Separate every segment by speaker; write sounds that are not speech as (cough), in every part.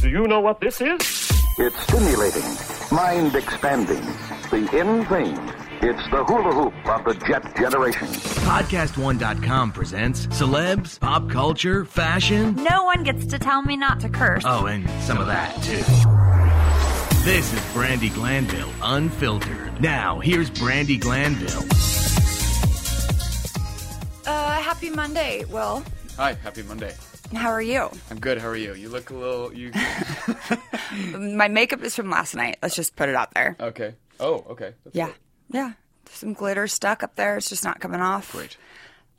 Speaker 1: Do you know what this is?
Speaker 2: It's stimulating, mind expanding, the in thing. It's the hula hoop of the jet generation.
Speaker 3: Podcast1.com presents celebs, pop culture, fashion.
Speaker 4: No one gets to tell me not to curse.
Speaker 3: Oh, and some of that, too. This is Brandy Glanville, unfiltered. Now, here's Brandy Glanville.
Speaker 5: Uh, happy Monday, Will.
Speaker 6: Hi, happy Monday.
Speaker 5: How are you?
Speaker 6: I'm good. How are you? You look a little.
Speaker 5: (laughs)
Speaker 6: You
Speaker 5: My makeup is from last night. Let's just put it out there.
Speaker 6: okay? Oh, okay. That's
Speaker 5: yeah.
Speaker 6: good.
Speaker 5: Yeah. There's some glitter stuck up there. It's just not coming off.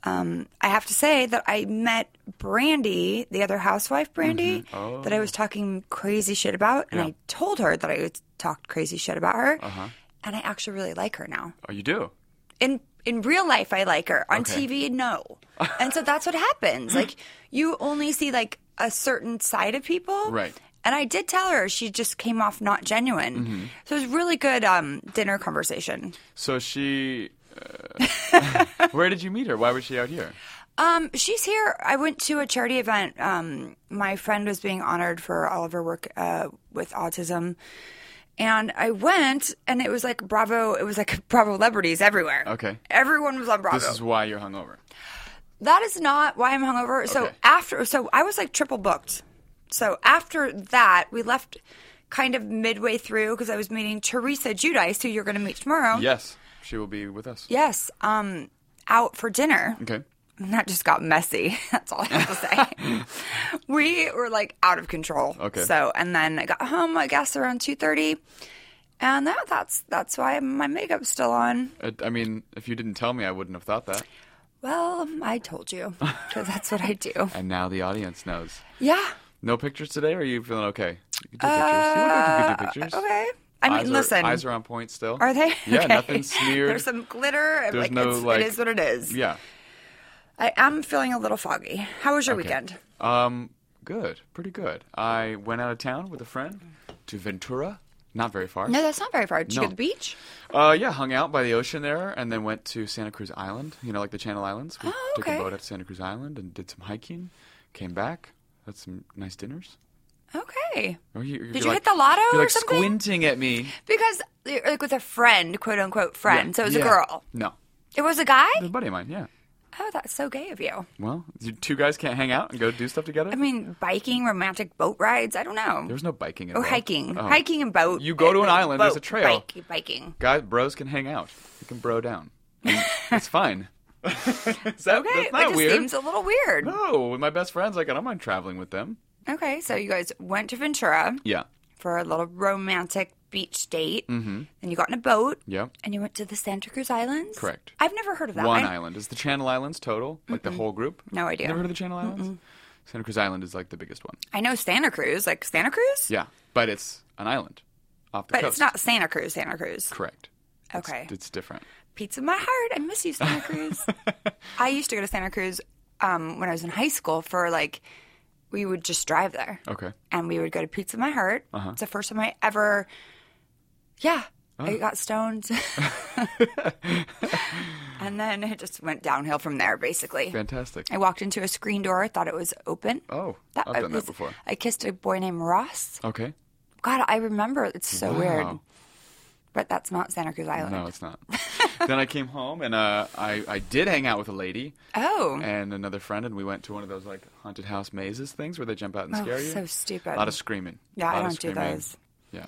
Speaker 5: Um,
Speaker 6: Great.
Speaker 5: I have to say that I met Brandy, the other housewife Brandy, that I was talking crazy shit about, and I told her that I would talk crazy shit about her. And I actually really like her now.
Speaker 6: Oh, you do.
Speaker 5: in in real life I like her. On
Speaker 6: Okay.
Speaker 5: TV,
Speaker 6: (laughs)
Speaker 5: no. and so that's what happens. Like you only see like a certain side of people.
Speaker 6: Right.
Speaker 5: And I did tell her she just came off not genuine.
Speaker 6: Mm-hmm.
Speaker 5: So it was really good um, dinner conversation.
Speaker 6: So she.
Speaker 5: (laughs)
Speaker 6: Uh, where did you meet her? Why was she out here?
Speaker 5: Um, she's here. I went to a charity event. Um, my friend was being honored for all of her work uh, with autism. And I went, and it was like Bravo. It was like (laughs) Bravo celebrities everywhere.
Speaker 6: Okay.
Speaker 5: everyone was on Bravo.
Speaker 6: This is why you're hungover.
Speaker 5: That is not why I'm hungover. So
Speaker 6: Okay.
Speaker 5: after, so I was like triple booked. So after that, we left kind of midway through because I was meeting Teresa Judice, who you're going to meet tomorrow.
Speaker 6: Yes, she will be with us.
Speaker 5: Yes. Um, out for dinner.
Speaker 6: Okay.
Speaker 5: And that just got messy. (laughs) That's all I have to
Speaker 6: (laughs)
Speaker 5: say. we were like out of control.
Speaker 6: Okay.
Speaker 5: So and then I got home, I guess around two thirty, and that, that's that's why my makeup's still on.
Speaker 6: I, I mean, if you didn't tell me, I wouldn't have thought that.
Speaker 5: Well, I told you because that's what I
Speaker 6: (laughs)
Speaker 5: do.
Speaker 6: And now the audience knows.
Speaker 5: Yeah.
Speaker 6: No pictures today. Or are you feeling okay? You can do pictures. You look like you can do pictures.
Speaker 5: Uh, Okay. I mean,
Speaker 6: eyes
Speaker 5: listen.
Speaker 6: Are, eyes are on point still.
Speaker 5: Are they?
Speaker 6: Yeah,
Speaker 5: Okay.
Speaker 6: nothing smeared.
Speaker 5: There's some glitter. and,
Speaker 6: There's
Speaker 5: like,
Speaker 6: no,
Speaker 5: it's,
Speaker 6: like-
Speaker 5: it is what it is.
Speaker 6: Yeah.
Speaker 5: I am feeling a little foggy. How was your weekend?
Speaker 6: Um, good, pretty good. I went out of town with a friend to Ventura, not very far.
Speaker 5: No, that's not very far. Did you
Speaker 6: No.
Speaker 5: go to the beach?
Speaker 6: Uh, yeah, hung out by the ocean there, and then went to Santa Cruz Island. You know, like the Channel Islands. We
Speaker 5: Oh,
Speaker 6: took
Speaker 5: okay.
Speaker 6: a boat out to Santa Cruz Island and did some hiking. Came back, had some nice dinners.
Speaker 5: Okay.
Speaker 6: Oh, you, you're
Speaker 5: Did you
Speaker 6: like-
Speaker 5: hit the lotto
Speaker 6: You're
Speaker 5: or
Speaker 6: like
Speaker 5: something?
Speaker 6: squinting at me.
Speaker 5: Because like with a friend, quote unquote friend. So it was a
Speaker 6: Yeah.
Speaker 5: girl.
Speaker 6: No,
Speaker 5: It was a guy.
Speaker 6: a buddy of mine. Yeah.
Speaker 5: Oh, that's so gay of you.
Speaker 6: Well, you two guys can't hang out and go do stuff together.
Speaker 5: I mean, biking, romantic boat rides. I don't know.
Speaker 6: there was no biking.
Speaker 5: oh,
Speaker 6: Involved.
Speaker 5: hiking,
Speaker 6: Oh.
Speaker 5: hiking and boat.
Speaker 6: You go to an island, there's a
Speaker 5: Boat,
Speaker 6: trail.
Speaker 5: Bike, biking.
Speaker 6: Guys, bros can hang out. You can bro down.
Speaker 5: (laughs)
Speaker 6: It's fine. Is that,
Speaker 5: Okay,
Speaker 6: that's
Speaker 5: it
Speaker 6: not
Speaker 5: just
Speaker 6: weird.
Speaker 5: seems a little weird.
Speaker 6: No, with my best friends, like I don't mind traveling with them.
Speaker 5: Okay, so you guys went to Ventura.
Speaker 6: Yeah.
Speaker 5: for a little romantic beach date. Mm-hmm. Then you got in a boat.
Speaker 6: Yep.
Speaker 5: And you went to the Santa Cruz Islands.
Speaker 6: Correct.
Speaker 5: I've never heard of that.
Speaker 6: One
Speaker 5: I-
Speaker 6: island. Is the Channel Islands total? Like the whole group?
Speaker 5: No idea.
Speaker 6: Never heard of the Channel Islands? Santa Cruz Island is like the biggest one.
Speaker 5: I know Santa Cruz, like Santa Cruz.
Speaker 6: Yeah. But it's an island off the
Speaker 5: But
Speaker 6: coast.
Speaker 5: it's not Santa Cruz, Santa Cruz.
Speaker 6: Correct. It's-
Speaker 5: Okay.
Speaker 6: It's, different.
Speaker 5: Pizza in my heart. I miss you, Santa
Speaker 6: (laughs)
Speaker 5: Cruz. I used to go to Santa Cruz um, when I was in high school for like, we would just drive there.
Speaker 6: Okay.
Speaker 5: And we would go to Pizza in My Heart.
Speaker 6: Uh-huh.
Speaker 5: It's the first time I ever, yeah,
Speaker 6: Oh.
Speaker 5: I got
Speaker 6: (laughs)
Speaker 5: stoned. (laughs) and then it just went downhill from there, basically.
Speaker 6: Fantastic.
Speaker 5: I walked into a screen door, thought it was open.
Speaker 6: Oh, I've
Speaker 5: I
Speaker 6: done that
Speaker 5: was-
Speaker 6: before.
Speaker 5: I kissed a boy named Ross.
Speaker 6: Okay.
Speaker 5: God, I remember. It's so
Speaker 6: Wow.
Speaker 5: weird. But that's not Santa Cruz Island.
Speaker 6: No, it's
Speaker 5: (laughs)
Speaker 6: not. then I came home and uh, I, I did hang out with a lady
Speaker 5: Oh,
Speaker 6: (laughs) and another friend, and we went to one of those like haunted house mazes things where they jump out and
Speaker 5: Oh,
Speaker 6: scare you.
Speaker 5: so stupid.
Speaker 6: A lot of screaming.
Speaker 5: Yeah, I
Speaker 6: Lot of
Speaker 5: don't do
Speaker 6: screaming.
Speaker 5: those.
Speaker 6: Yeah,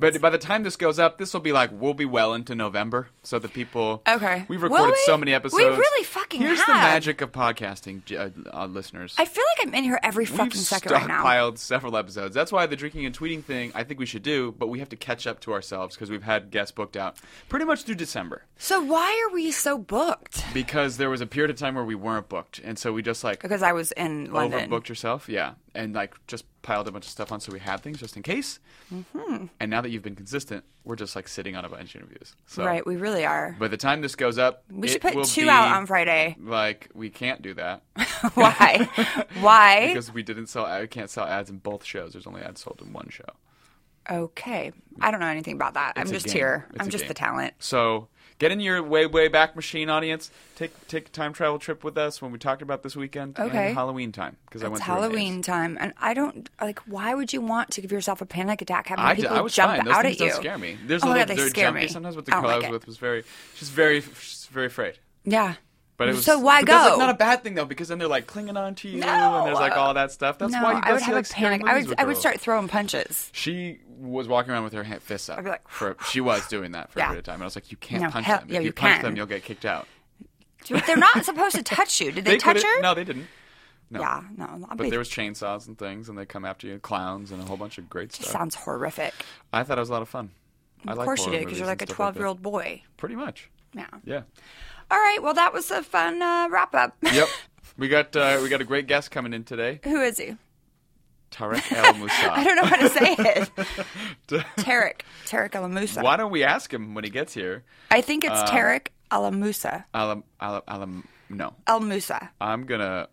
Speaker 6: but by the time this goes up, this will be like we'll be well into November. So the people.
Speaker 5: Okay.
Speaker 6: We've
Speaker 5: Will
Speaker 6: recorded
Speaker 5: we?
Speaker 6: so many
Speaker 5: We
Speaker 6: episodes.
Speaker 5: really fucking
Speaker 6: Here's the
Speaker 5: have.
Speaker 6: magic of podcasting, j- uh, uh, listeners.
Speaker 5: I feel like I'm in here every
Speaker 6: We've
Speaker 5: fucking second right now.
Speaker 6: stockpiled several episodes. That's why the drinking and tweeting thing I think we should do, but we have to catch up to ourselves because we've had guests booked out pretty much through December.
Speaker 5: So why are we so booked?
Speaker 6: Because there was a period of time where we weren't booked, and so we just like
Speaker 5: Because I was in London.
Speaker 6: overbooked yourself, yeah, and like just piled a bunch of stuff on so we had things just in case. Mm-hmm. And now that you've been consistent, we're just like sitting on a bunch of interviews. So,
Speaker 5: Right, we really are.
Speaker 6: By the time this goes up,
Speaker 5: We should
Speaker 6: it
Speaker 5: put
Speaker 6: will
Speaker 5: two
Speaker 6: be
Speaker 5: out on Friday.
Speaker 6: Like we can't do that
Speaker 5: (laughs) Why? Why?
Speaker 6: (laughs) because we didn't sell. I can't sell ads in both shows. There's only ads sold in one show.
Speaker 5: okay. I don't know anything about that.
Speaker 6: It's
Speaker 5: I'm
Speaker 6: a
Speaker 5: just
Speaker 6: game.
Speaker 5: here.
Speaker 6: It's
Speaker 5: I'm
Speaker 6: a
Speaker 5: just
Speaker 6: game.
Speaker 5: the talent.
Speaker 6: So get in your way way back machine audience. Take take a time travel trip with us when we talked about this weekend
Speaker 5: Okay.
Speaker 6: and Halloween time because I
Speaker 5: It's
Speaker 6: went through a maze.
Speaker 5: Halloween time, and I don't like. Why would you want to give yourself a panic attack having
Speaker 6: I, d-
Speaker 5: people
Speaker 6: I was
Speaker 5: jump
Speaker 6: fine. Those
Speaker 5: out
Speaker 6: things
Speaker 5: at you?
Speaker 6: don't scare me. There's
Speaker 5: oh
Speaker 6: a
Speaker 5: my
Speaker 6: little
Speaker 5: god, they
Speaker 6: they're
Speaker 5: scare
Speaker 6: jumpy
Speaker 5: me. Oh
Speaker 6: sometimes, but the
Speaker 5: I don't
Speaker 6: girl I
Speaker 5: like
Speaker 6: was
Speaker 5: it.
Speaker 6: with was very she's very she's very afraid.
Speaker 5: Yeah.
Speaker 6: But it was
Speaker 5: so why
Speaker 6: but
Speaker 5: go?
Speaker 6: That's like not a bad thing though because then they're like clinging on to you and there's like
Speaker 5: No.
Speaker 6: all that stuff. That's
Speaker 5: no,
Speaker 6: why you go
Speaker 5: I would
Speaker 6: see,
Speaker 5: have
Speaker 6: like,
Speaker 5: a
Speaker 6: scary
Speaker 5: panic. I
Speaker 6: movies
Speaker 5: would.
Speaker 6: with
Speaker 5: I would
Speaker 6: girls.
Speaker 5: start throwing
Speaker 6: (laughs)
Speaker 5: punches.
Speaker 6: She was walking around with her hand, fists up.
Speaker 5: be like,
Speaker 6: for,
Speaker 5: (sighs)
Speaker 6: she was doing that for a
Speaker 5: Yeah.
Speaker 6: period of time, and I was like, "You can't
Speaker 5: No,
Speaker 6: punch
Speaker 5: hell-
Speaker 6: them.
Speaker 5: yeah,
Speaker 6: if you,
Speaker 5: you
Speaker 6: punch
Speaker 5: can.
Speaker 6: them, you'll get kicked out."
Speaker 5: But They're not supposed to touch you. Did they, touch
Speaker 6: couldn't-
Speaker 5: her?
Speaker 6: No, they didn't. No.
Speaker 5: Yeah. No. I'll
Speaker 6: But
Speaker 5: be,
Speaker 6: there was chainsaws and things, and they come after you, clowns and a whole bunch of great
Speaker 5: just
Speaker 6: stuff.
Speaker 5: sounds horrific.
Speaker 6: I thought it was a lot of fun. I
Speaker 5: Of
Speaker 6: like
Speaker 5: course you
Speaker 6: horror
Speaker 5: did, because
Speaker 6: movies
Speaker 5: you're
Speaker 6: and
Speaker 5: like a
Speaker 6: stuff
Speaker 5: 12
Speaker 6: that.
Speaker 5: year old boy.
Speaker 6: Pretty much.
Speaker 5: Yeah.
Speaker 6: Yeah.
Speaker 5: All right. Well, that was a fun uh, wrap up.
Speaker 6: Yep. we got uh, we got a great guest coming in today,
Speaker 5: (laughs) Who is he?
Speaker 6: Tarek
Speaker 5: (laughs)
Speaker 6: El
Speaker 5: I
Speaker 6: Moussa.
Speaker 5: don't know how to
Speaker 6: (laughs)
Speaker 5: say it. Tarek. Tarek Alamusa.
Speaker 6: Why don't we ask him when he gets here?
Speaker 5: I think
Speaker 6: Uh,
Speaker 5: it's Tarek Alamusa.
Speaker 6: Alam, alam, alam. um, No,
Speaker 5: El Musa.
Speaker 6: I'm gonna,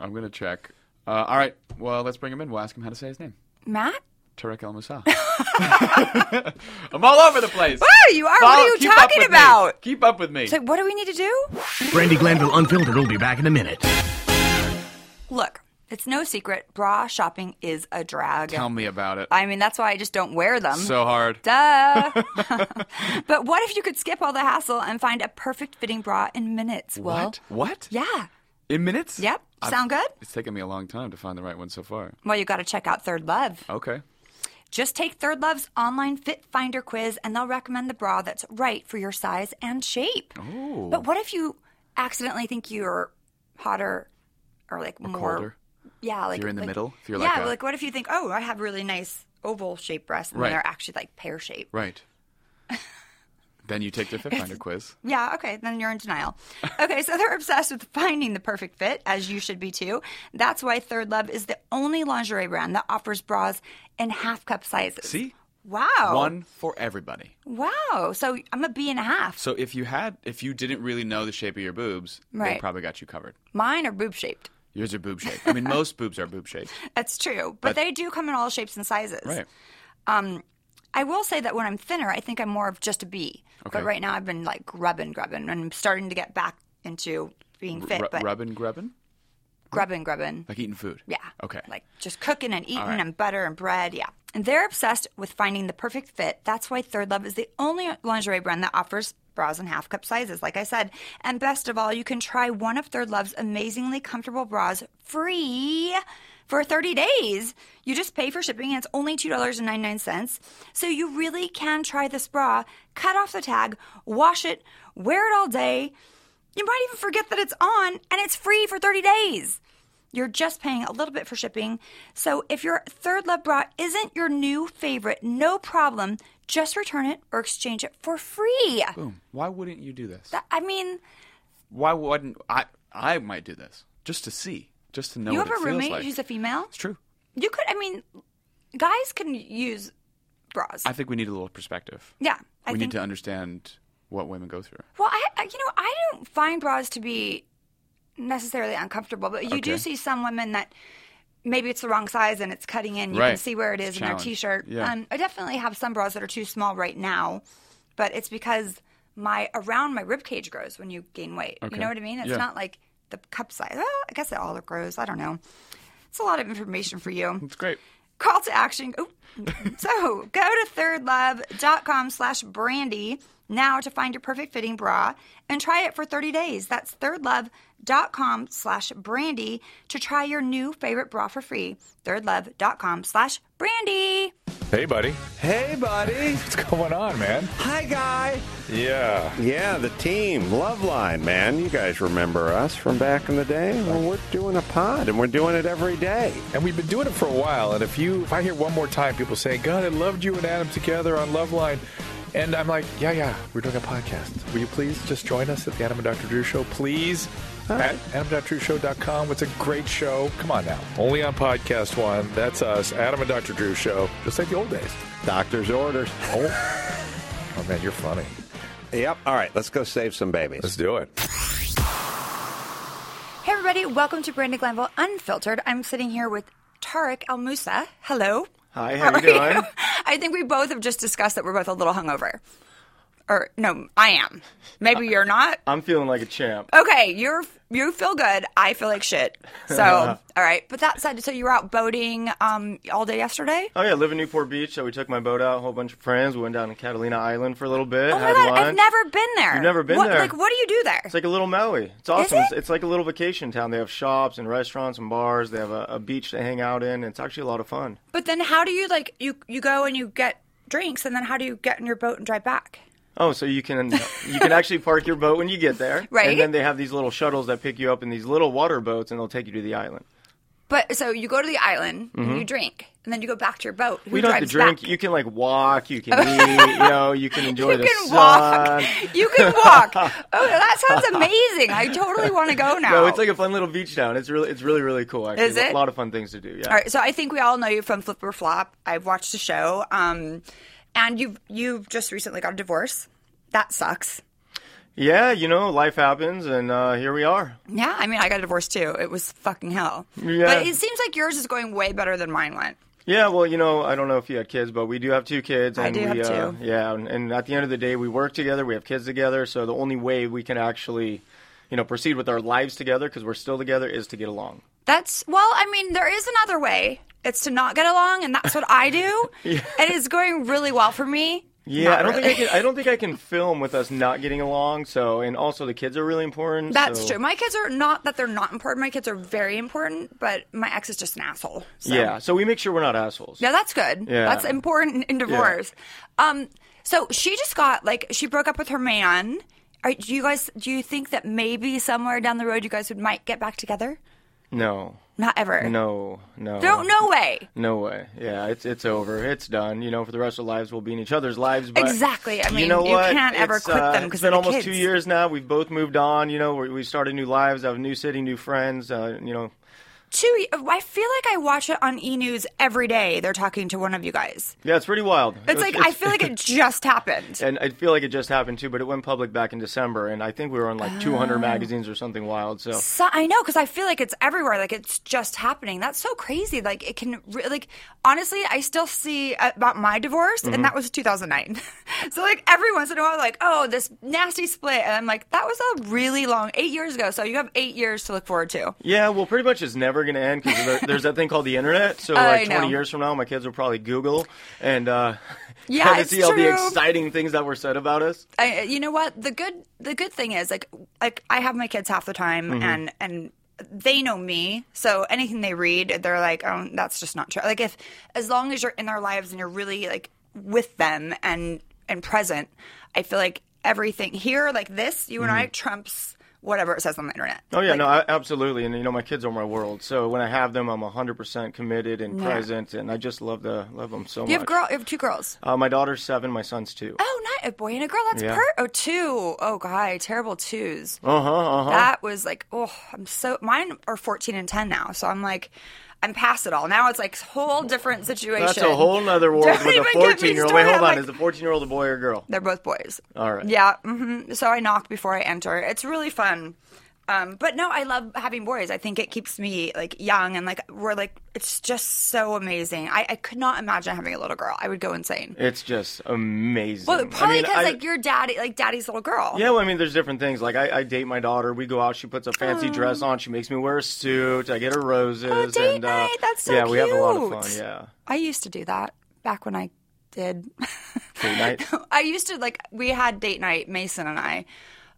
Speaker 6: I'm gonna check. Uh, all right. Well, let's bring him in. We'll ask him how to say his name.
Speaker 5: Matt?
Speaker 6: Tarek
Speaker 5: (laughs)
Speaker 6: El Moussa. I'm all over the place.
Speaker 5: Oh, you are. what
Speaker 6: Follow-
Speaker 5: are you
Speaker 6: keep up
Speaker 5: talking
Speaker 6: with me.
Speaker 5: about?
Speaker 6: Keep up with me.
Speaker 5: So, what do we need to do?
Speaker 3: Brandy Glanville Unfiltered will be back in a minute.
Speaker 5: Look, it's no secret. Bra shopping is a drag.
Speaker 6: Tell me about it.
Speaker 5: I mean, that's why I just don't wear them.
Speaker 6: so hard.
Speaker 5: Duh. (laughs) but what if you could skip all the hassle and find a perfect fitting bra in minutes? Well,
Speaker 6: what? What?
Speaker 5: yeah.
Speaker 6: In minutes?
Speaker 5: Yep. Sound good?
Speaker 6: It's taken me a long time to find the right one so far.
Speaker 5: Well, you got to check out Third Love.
Speaker 6: Okay.
Speaker 5: Just take Third Love's online fit finder quiz and they'll recommend the bra that's right for your size and shape. But what if you accidentally think you're hotter or like more
Speaker 6: Colder.
Speaker 5: Yeah, like
Speaker 6: you're in the
Speaker 5: like-
Speaker 6: middle, if you're
Speaker 5: yeah,
Speaker 6: like a-
Speaker 5: like what if you think, "Oh, I have really nice oval shaped breasts and
Speaker 6: Right.
Speaker 5: they're actually like pear shaped."
Speaker 6: Right. (laughs) then you take the fit finder quiz.
Speaker 5: Yeah, okay, then you're in denial. Okay, so they're obsessed with finding the perfect fit, as you should be too. That's why Third Love is the only lingerie brand that offers bras in half cup sizes.
Speaker 6: See?
Speaker 5: Wow.
Speaker 6: One for everybody.
Speaker 5: Wow. So I'm a B and a half.
Speaker 6: So if you had, if you didn't really know the shape of your boobs, they
Speaker 5: Right.
Speaker 6: probably got you covered.
Speaker 5: Mine are boob shaped.
Speaker 6: Yours are boob shaped. I
Speaker 5: (laughs)
Speaker 6: mean, most boobs are boob shaped.
Speaker 5: That's true. But, they do come in all shapes and sizes.
Speaker 6: Right.
Speaker 5: I will say that when I'm thinner, I think I'm more of just a B.
Speaker 6: Okay.
Speaker 5: But right now I've been like grubbing, grubbing, and I'm starting to get back into being fit,
Speaker 6: Ru-
Speaker 5: but
Speaker 6: rubbing, grubbing?
Speaker 5: grubbing, grubbing.
Speaker 6: Like eating food.
Speaker 5: Yeah.
Speaker 6: Okay.
Speaker 5: Like just cooking and eating and butter and bread. Yeah. And they're obsessed with finding the perfect fit. That's why Third Love is the only lingerie brand that offers bras in half cup sizes, like I said. And best of all, you can try one of Third Love's amazingly comfortable bras free for 30 days. You just pay for shipping and it's only $2.99. So you really can try this bra, cut off the tag, wash it, wear it all day. You might even forget that it's on and it's free for 30 days. You're just paying a little bit for shipping. So if your third love bra isn't your new favorite, no problem. Just return it or exchange it for free.
Speaker 6: Boom. Why wouldn't you do this?
Speaker 5: I mean,
Speaker 6: Why wouldn't I? I might do this just to see, just to know
Speaker 5: you
Speaker 6: what
Speaker 5: have
Speaker 6: it
Speaker 5: a
Speaker 6: feels
Speaker 5: roommate
Speaker 6: like.
Speaker 5: who's a female.
Speaker 6: it's true.
Speaker 5: You could, I mean, guys can use bras.
Speaker 6: I think we need a little perspective.
Speaker 5: yeah, I
Speaker 6: we
Speaker 5: think.
Speaker 6: need to understand what women go through.
Speaker 5: well, I, I- you know, I don't find bras to be necessarily uncomfortable, but you
Speaker 6: Okay.
Speaker 5: do see some women that maybe it's the wrong size and it's cutting in. You
Speaker 6: Right.
Speaker 5: can see where it
Speaker 6: It's
Speaker 5: is in their
Speaker 6: challenge.
Speaker 5: t-shirt.
Speaker 6: Yeah.
Speaker 5: Um, I definitely have some bras that are too small right now, but it's because my around my rib cage grows when you gain weight.
Speaker 6: Okay.
Speaker 5: You know what I mean? It's
Speaker 6: Yeah.
Speaker 5: not like the cup size. Well, I guess it all grows. I don't know. It's a lot of information for you
Speaker 6: It's great.
Speaker 5: call to action. Oh, so go to thirdlove.com slash brandy now to find your perfect fitting bra and try it for 30 days. That's thirdlove.com slash brandy to try your new favorite bra for free. Thirdlove.com slash brandy.
Speaker 7: Hey, buddy.
Speaker 8: Hey, buddy.
Speaker 7: What's going on, man?
Speaker 8: Hi, guy.
Speaker 7: Yeah.
Speaker 8: Yeah, the team, Love Line, man. You guys remember us from back in the day? Well, we're doing a pod, and we're doing it every day.
Speaker 7: And we've been doing it for a while. And if you, if I hear one more time people saying, God, I loved you and Adam together on Loveline. And I'm like, yeah, yeah, we're doing a podcast. Will you please just join us at the Adam and Dr. Drew Show, please? At AdamandDrDrewShow.com. It's a great show. Come on now. Only on Podcast One. That's us, Adam and Dr. Drew Show, just like the old days.
Speaker 8: Doctor's orders.
Speaker 7: Oh, oh (laughs) man, you're funny.
Speaker 8: Yep. All right, let's go save some babies.
Speaker 7: Let's do it.
Speaker 5: Hey, everybody. Welcome to Brandy Glanville Unfiltered. I'm sitting here with Tarek Al Musa. Hello.
Speaker 8: Hi,
Speaker 5: How are you? (laughs) I think we both have just discussed that we're both a little hungover. Or no, I am. Maybe you're not.
Speaker 9: I'm feeling like a champ.
Speaker 5: Okay, you're you feel good. I feel like shit.
Speaker 9: (laughs)
Speaker 5: So all right. But that said, so you were out boating um all day yesterday.
Speaker 9: Oh yeah, live in Newport Beach, so we took my boat out, a whole bunch of friends. We went down to Catalina Island for a little bit.
Speaker 5: Oh my
Speaker 9: had
Speaker 5: god,
Speaker 9: lunch.
Speaker 5: I've never been there.
Speaker 9: You've never been
Speaker 5: What-
Speaker 9: there.
Speaker 5: Like, what do you do there?
Speaker 9: It's like a little Maui. It's awesome.
Speaker 5: it?
Speaker 9: It's, it's like a little vacation town. They have shops and restaurants and bars. They have a, a beach to hang out in. It's actually a lot of fun.
Speaker 5: but then, how do you like you you go and you get drinks, and then how do you get in your boat and drive back?
Speaker 9: Oh, so
Speaker 5: (laughs)
Speaker 9: you can you can actually park your boat when you get there,
Speaker 5: Right.
Speaker 9: And then they have these little shuttles that pick you up in these little water boats, and they'll take you to the island.
Speaker 5: But so you go to the island, and you drink, and then you go back to your boat. Who
Speaker 9: Mm-hmm. We don't have to
Speaker 5: drives
Speaker 9: drink.
Speaker 5: back?
Speaker 9: You can like walk.
Speaker 5: (laughs)
Speaker 9: You can eat. You know, you can enjoy
Speaker 5: You
Speaker 9: the
Speaker 5: can
Speaker 9: sun.
Speaker 5: walk. (laughs) (laughs) You can
Speaker 9: (laughs)
Speaker 5: walk. Oh, that sounds amazing. I totally want to go now.
Speaker 9: No, it's like a fun little beach town. It's really, it's really, really cool. Actually,
Speaker 5: Is it?
Speaker 9: a lot of fun things to do. Yeah.
Speaker 5: All right, so I think we all know you from Flip or Flop. I've watched the show, um, and you've you've just recently got a divorce. That sucks.
Speaker 9: Yeah, you know, life happens, and uh, here we are.
Speaker 5: Yeah, I mean, I got a divorce too. It was fucking hell.
Speaker 9: Yeah.
Speaker 5: But it seems like yours is going way better than mine went.
Speaker 9: Yeah, well, you know, I don't know if you had kids, but we do have two kids.
Speaker 5: I
Speaker 9: And
Speaker 5: do
Speaker 9: we,
Speaker 5: have
Speaker 9: uh,
Speaker 5: two.
Speaker 9: Yeah, and, and at the end of the day, we work together, we have kids together. So the only way we can actually, you know, proceed with our lives together because we're still together is to get along.
Speaker 5: That's well, I mean, there is another way. It's to not get along, and that's what I (laughs) do. And it's going really well for me.
Speaker 9: Yeah,
Speaker 5: Not
Speaker 9: I don't
Speaker 5: really.
Speaker 9: think I can. I don't think I can film with us not getting along. So, and also the kids are really important.
Speaker 5: That's
Speaker 9: so-
Speaker 5: true. My kids are not that they're not important. My kids are very important, but my ex is just an asshole. So.
Speaker 9: Yeah, so we make sure we're not assholes.
Speaker 5: Yeah, that's good.
Speaker 9: Yeah.
Speaker 5: That's important in divorce. Um, so she just got like she broke up with her man. Are, do you guys do you think that maybe somewhere down the road you guys would might get back together?
Speaker 9: No,
Speaker 5: Not ever.
Speaker 9: no, no.
Speaker 5: Don't no way.
Speaker 9: No way. Yeah, it's it's over. It's done. You know, for the rest of our lives, we'll be in each other's lives. But
Speaker 5: Exactly. I mean,
Speaker 9: you know
Speaker 5: you
Speaker 9: what?
Speaker 5: can't ever
Speaker 9: It's,
Speaker 5: quit
Speaker 9: uh,
Speaker 5: them 'cause
Speaker 9: it's
Speaker 5: they're
Speaker 9: been
Speaker 5: the kids.
Speaker 9: almost two years now. We've both moved on. You know, we we started new lives, have a new city, new friends. Uh, you know,
Speaker 5: Chewy, I feel like I watch it on E News every day. They're talking to one of you guys.
Speaker 9: yeah, it's pretty wild.
Speaker 5: It's like I feel like it just
Speaker 9: (laughs)
Speaker 5: happened.
Speaker 9: and I feel like it just happened too, but it went public back in December, and I think we were on like
Speaker 5: Oh.
Speaker 9: 200 magazines or something wild. So
Speaker 5: So, I know because I feel like it's everywhere. Like it's just happening. That's so crazy. Like it can re- like honestly, I still see uh, about my divorce, and that was 2009. (laughs) so like every once in a while, like oh this nasty split, and I'm like that was a really long eight years ago. So you have eight years to look forward to.
Speaker 9: yeah, well, pretty much it's never gonna end because there, there's that thing called the internet. So
Speaker 5: I
Speaker 9: like 20
Speaker 5: know.
Speaker 9: years from now, my kids will probably Google and uh,
Speaker 5: Yeah,
Speaker 9: kinda
Speaker 5: it's
Speaker 9: see all the
Speaker 5: true.
Speaker 9: exciting things that were said about us.
Speaker 5: I, you know what the good the good thing is like like I have my kids half the time
Speaker 9: Mm-hmm.
Speaker 5: and and they know me so anything they read they're like oh that's just not true like if as long as you're in their lives and you're really like with them and and present I feel like everything here like this you and I trumps whatever it says on the internet
Speaker 9: Mm-hmm. Oh yeah, no, I, absolutely, and you know my kids are my world. So when I have them, I'm 100% committed and present, and I just love the love them so much.
Speaker 5: you have girl you have two girls
Speaker 9: Uh, my daughter's seven, my son's two.
Speaker 5: oh not a boy and a girl that's
Speaker 9: Yeah.
Speaker 5: per oh two oh god terrible twos
Speaker 9: Uh huh. Uh huh.
Speaker 5: that was like oh i'm so mine are 14 and 10 now so i'm like i'm past it all now it's like whole different situation
Speaker 9: That's a whole nother world
Speaker 5: Don't
Speaker 9: with
Speaker 5: even
Speaker 9: a
Speaker 5: get me
Speaker 9: 14 year old. Wait,
Speaker 5: started.
Speaker 9: hold on.
Speaker 5: I'm like-
Speaker 9: Is the 14 year old a boy or a girl?
Speaker 5: they're both boys
Speaker 9: All right.
Speaker 5: yeah hmm so i knock before i enter it's really fun um, but no i love having boys i think it keeps me like young and like we're like it's just so amazing i, I could not imagine having a little girl i would go insane
Speaker 9: It's just amazing.
Speaker 5: well probably
Speaker 9: I mean,
Speaker 5: because
Speaker 9: I-
Speaker 5: like your daddy like daddy's little girl
Speaker 9: Yeah, well, I mean, there's different things. Like, I, I date my daughter. We go out. She puts a fancy dress on. She makes me wear a suit. I get her roses.
Speaker 5: Oh, date
Speaker 9: and, uh,
Speaker 5: night. That's so
Speaker 9: Yeah, we have a lot of
Speaker 5: cute.
Speaker 9: fun. Yeah.
Speaker 5: I used to do that back when I did. (laughs)
Speaker 9: Date night?
Speaker 5: I used to like we had date night, Mason and I,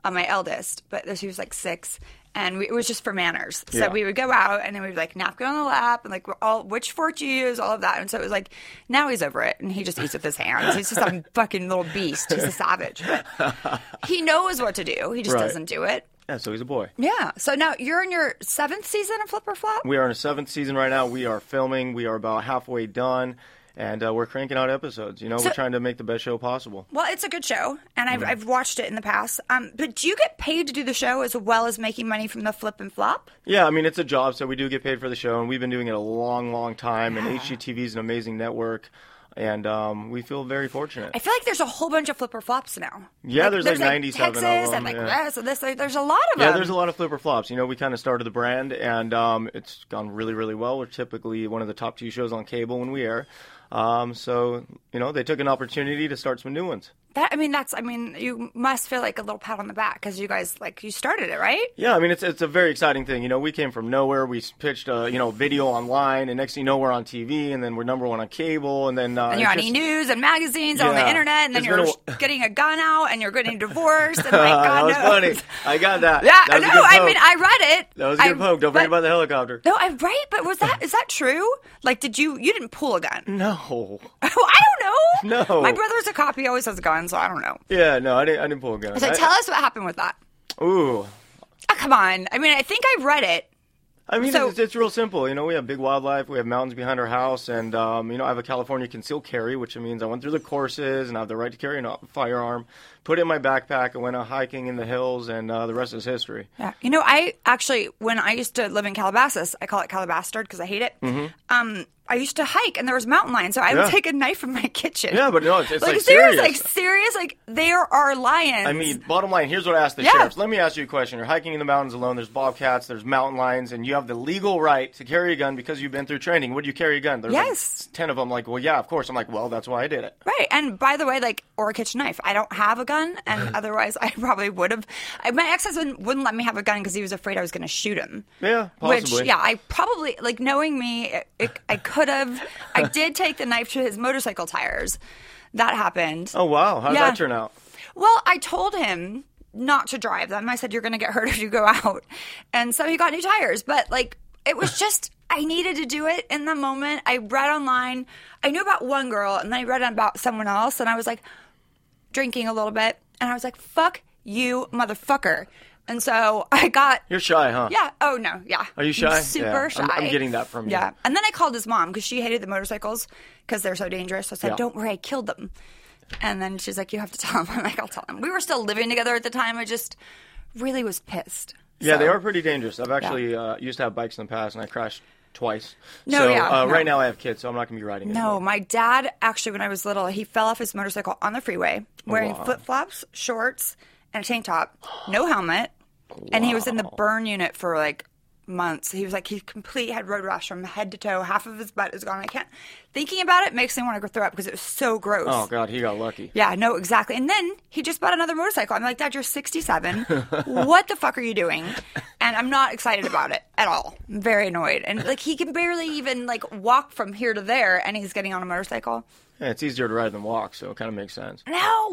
Speaker 5: uh, my eldest, but she was like six, and we, it was just for manners. So
Speaker 9: Yeah.
Speaker 5: we would go out, and then we'd like napkin on the lap, and like we're all which fork do you use, all of that. And so it was like now he's over it, and he just eats with his hands. He's just
Speaker 9: (laughs)
Speaker 5: some fucking little beast. He's a savage. But he knows what to do. He just
Speaker 9: Right.
Speaker 5: doesn't do it.
Speaker 9: Yeah, so he's a boy.
Speaker 5: Yeah. So now you're in your seventh season of Flipper Flop.
Speaker 9: We are in a seventh season right now. We are filming. We are about halfway done, and uh, we're cranking out episodes. You know,
Speaker 5: So-
Speaker 9: we're trying to make the best show possible.
Speaker 5: Well, it's a good show, and I've, I've watched it in the past. Um, but do you get paid to do the show as well as making money from the flip and flop?
Speaker 9: Yeah, I mean it's a job, so we do get paid for the show, and we've been doing it a long, long time. And HGTV is an amazing network, and um, we feel very fortunate.
Speaker 5: I feel like there's a whole bunch of flipper flops now.
Speaker 9: Yeah, there's like 97 of
Speaker 5: Texas
Speaker 9: them,
Speaker 5: and like
Speaker 9: yeah.
Speaker 5: this and this. Like, there's a lot of
Speaker 9: Yeah,
Speaker 5: them.
Speaker 9: there's a lot of flipper flops. You know, we kind of started the brand, and um, it's gone really, really well. We're typically one of the top two shows on cable when we air. Um, so, you know, they took an opportunity to start some new ones.
Speaker 5: That, I mean, that's. I mean, you must feel like a little pat on the back because you guys like you started it, right?
Speaker 9: Yeah, I mean, it's it's a very exciting thing. You know, we came from nowhere. We s- pitched a you know video online, and next thing you know, we're on TV, and then we're number one on cable, and then uh,
Speaker 5: And you're
Speaker 9: it's
Speaker 5: on
Speaker 9: just- (laughs)
Speaker 5: E News and magazines and on the
Speaker 9: Yeah.
Speaker 5: internet, and then
Speaker 9: It's
Speaker 5: you're
Speaker 9: been a
Speaker 5: sh- getting a gun out, and you're
Speaker 9: (laughs)
Speaker 5: getting divorced, and like
Speaker 9: that
Speaker 5: God
Speaker 9: was funny.
Speaker 5: knows.
Speaker 9: I got
Speaker 5: (laughs)
Speaker 9: that.
Speaker 5: Yeah,
Speaker 9: that was a
Speaker 5: no,
Speaker 9: good
Speaker 5: I
Speaker 9: poke.
Speaker 5: mean, I read it.
Speaker 9: that was a good
Speaker 5: I-
Speaker 9: poke. Don't forget
Speaker 5: but-
Speaker 9: about
Speaker 5: (laughs)
Speaker 9: the helicopter. (laughs)
Speaker 5: No, I'm right, but was that is that true? Like, did you you didn't pull a gun? (laughs)
Speaker 9: No.
Speaker 5: Oh, I don't know.
Speaker 9: No.
Speaker 5: my brother's a cop. He always has a gun, so I don't know.
Speaker 9: Yeah, no, I didn't. I didn't pull a gun.
Speaker 5: So
Speaker 9: I-
Speaker 5: tell us what happened with that.
Speaker 9: Ooh,
Speaker 5: Oh, come on. I mean, I think I read it.
Speaker 9: I mean,
Speaker 5: So-
Speaker 9: it's, it's real simple. You know, we have big wildlife. We have mountains behind our house, and um, you know, I have a California concealed carry, which means I went through the courses and I have the right to carry a firearm. Put it in my backpack. I went out hiking in the hills, and uh, the rest is history.
Speaker 5: Yeah. You know, I actually, when I used to live in Calabasas, I call it Calabastard because I hate it. Um, I used to hike and there was mountain lions, so I
Speaker 9: Mm-hmm. Yeah.
Speaker 5: would take a knife from my kitchen.
Speaker 9: Yeah, but no, it's- it's, like,
Speaker 5: serious,
Speaker 9: serious.
Speaker 5: like serious, like there are lions.
Speaker 9: I mean, bottom line, here's what I asked the
Speaker 5: Yeah.
Speaker 9: sheriffs. Let me ask you a question. You're hiking in the mountains alone. There's bobcats, there's mountain lions, and you have the legal right to carry a gun because you've been through training. Would you carry a gun? There's
Speaker 5: Yes.
Speaker 9: like 10 of them, like, well, yeah, of course. I'm like, well, that's why I did it.
Speaker 5: Right. And by the way, like, or a kitchen knife. I don't have a gun,
Speaker 9: (laughs)
Speaker 5: and otherwise I probably would have. I- My ex husband wouldn't let me have a gun because he was afraid I was going to shoot him.
Speaker 9: Yeah,
Speaker 5: Which,
Speaker 9: possibly.
Speaker 5: yeah, I probably, like, knowing me, it, it, I could have. I did take the knife to his motorcycle tires. That happened.
Speaker 9: Oh, wow. How did
Speaker 5: Yeah.
Speaker 9: that turn out?
Speaker 5: Well, I told him not to drive them. I said, you're going to get hurt if you go out. And so he got new tires. But like, it
Speaker 9: (laughs)
Speaker 5: was just, I needed to do it in the moment. I read online. I knew about one girl and then I read about someone else. And I was like, drinking a little bit. And I was like, fuck you, motherfucker. And so I got.
Speaker 9: You're shy, huh?
Speaker 5: Yeah. Oh no. Yeah.
Speaker 9: Are you
Speaker 5: I'm
Speaker 9: shy?
Speaker 5: super
Speaker 9: Yeah. I'm-
Speaker 5: shy.
Speaker 9: I'm getting that from you.
Speaker 5: Yeah. And then I called his mom because she hated the motorcycles because they're so dangerous. So I said,
Speaker 9: Yeah.
Speaker 5: "Don't worry, I killed them." And then she's like, "You have to tell him." (laughs) I'm like, "I'll tell him." We were still living together at the time. I just really was pissed.
Speaker 9: Yeah,
Speaker 5: So-
Speaker 9: they are pretty dangerous. I've actually uh, used to have bikes in the past, and I crashed twice.
Speaker 5: No,
Speaker 9: so,
Speaker 5: yeah,
Speaker 9: uh,
Speaker 5: no.
Speaker 9: Right now, I have kids, so I'm not going to be riding.
Speaker 5: No,
Speaker 9: anymore.
Speaker 5: my dad actually, when I was little, he fell off his motorcycle on the freeway wearing flip flops, shorts, and a tank top, no helmet, and he was in the burn unit for like months. He was like, he complete had road rash from head to toe. Half of his butt is gone. I can't. Thinking about it makes me want to go throw up because it was so gross.
Speaker 9: Oh God, he got lucky.
Speaker 5: Yeah, no, exactly. And then he just bought another motorcycle. I'm like, Dad, you're 67. what the fuck are you doing? And I'm not excited about it at all. I'm very annoyed. And like, he can barely even like walk from here to there, and he's getting on a motorcycle.
Speaker 9: Yeah, it's easier to ride than walk, so it kind of makes sense.
Speaker 5: No,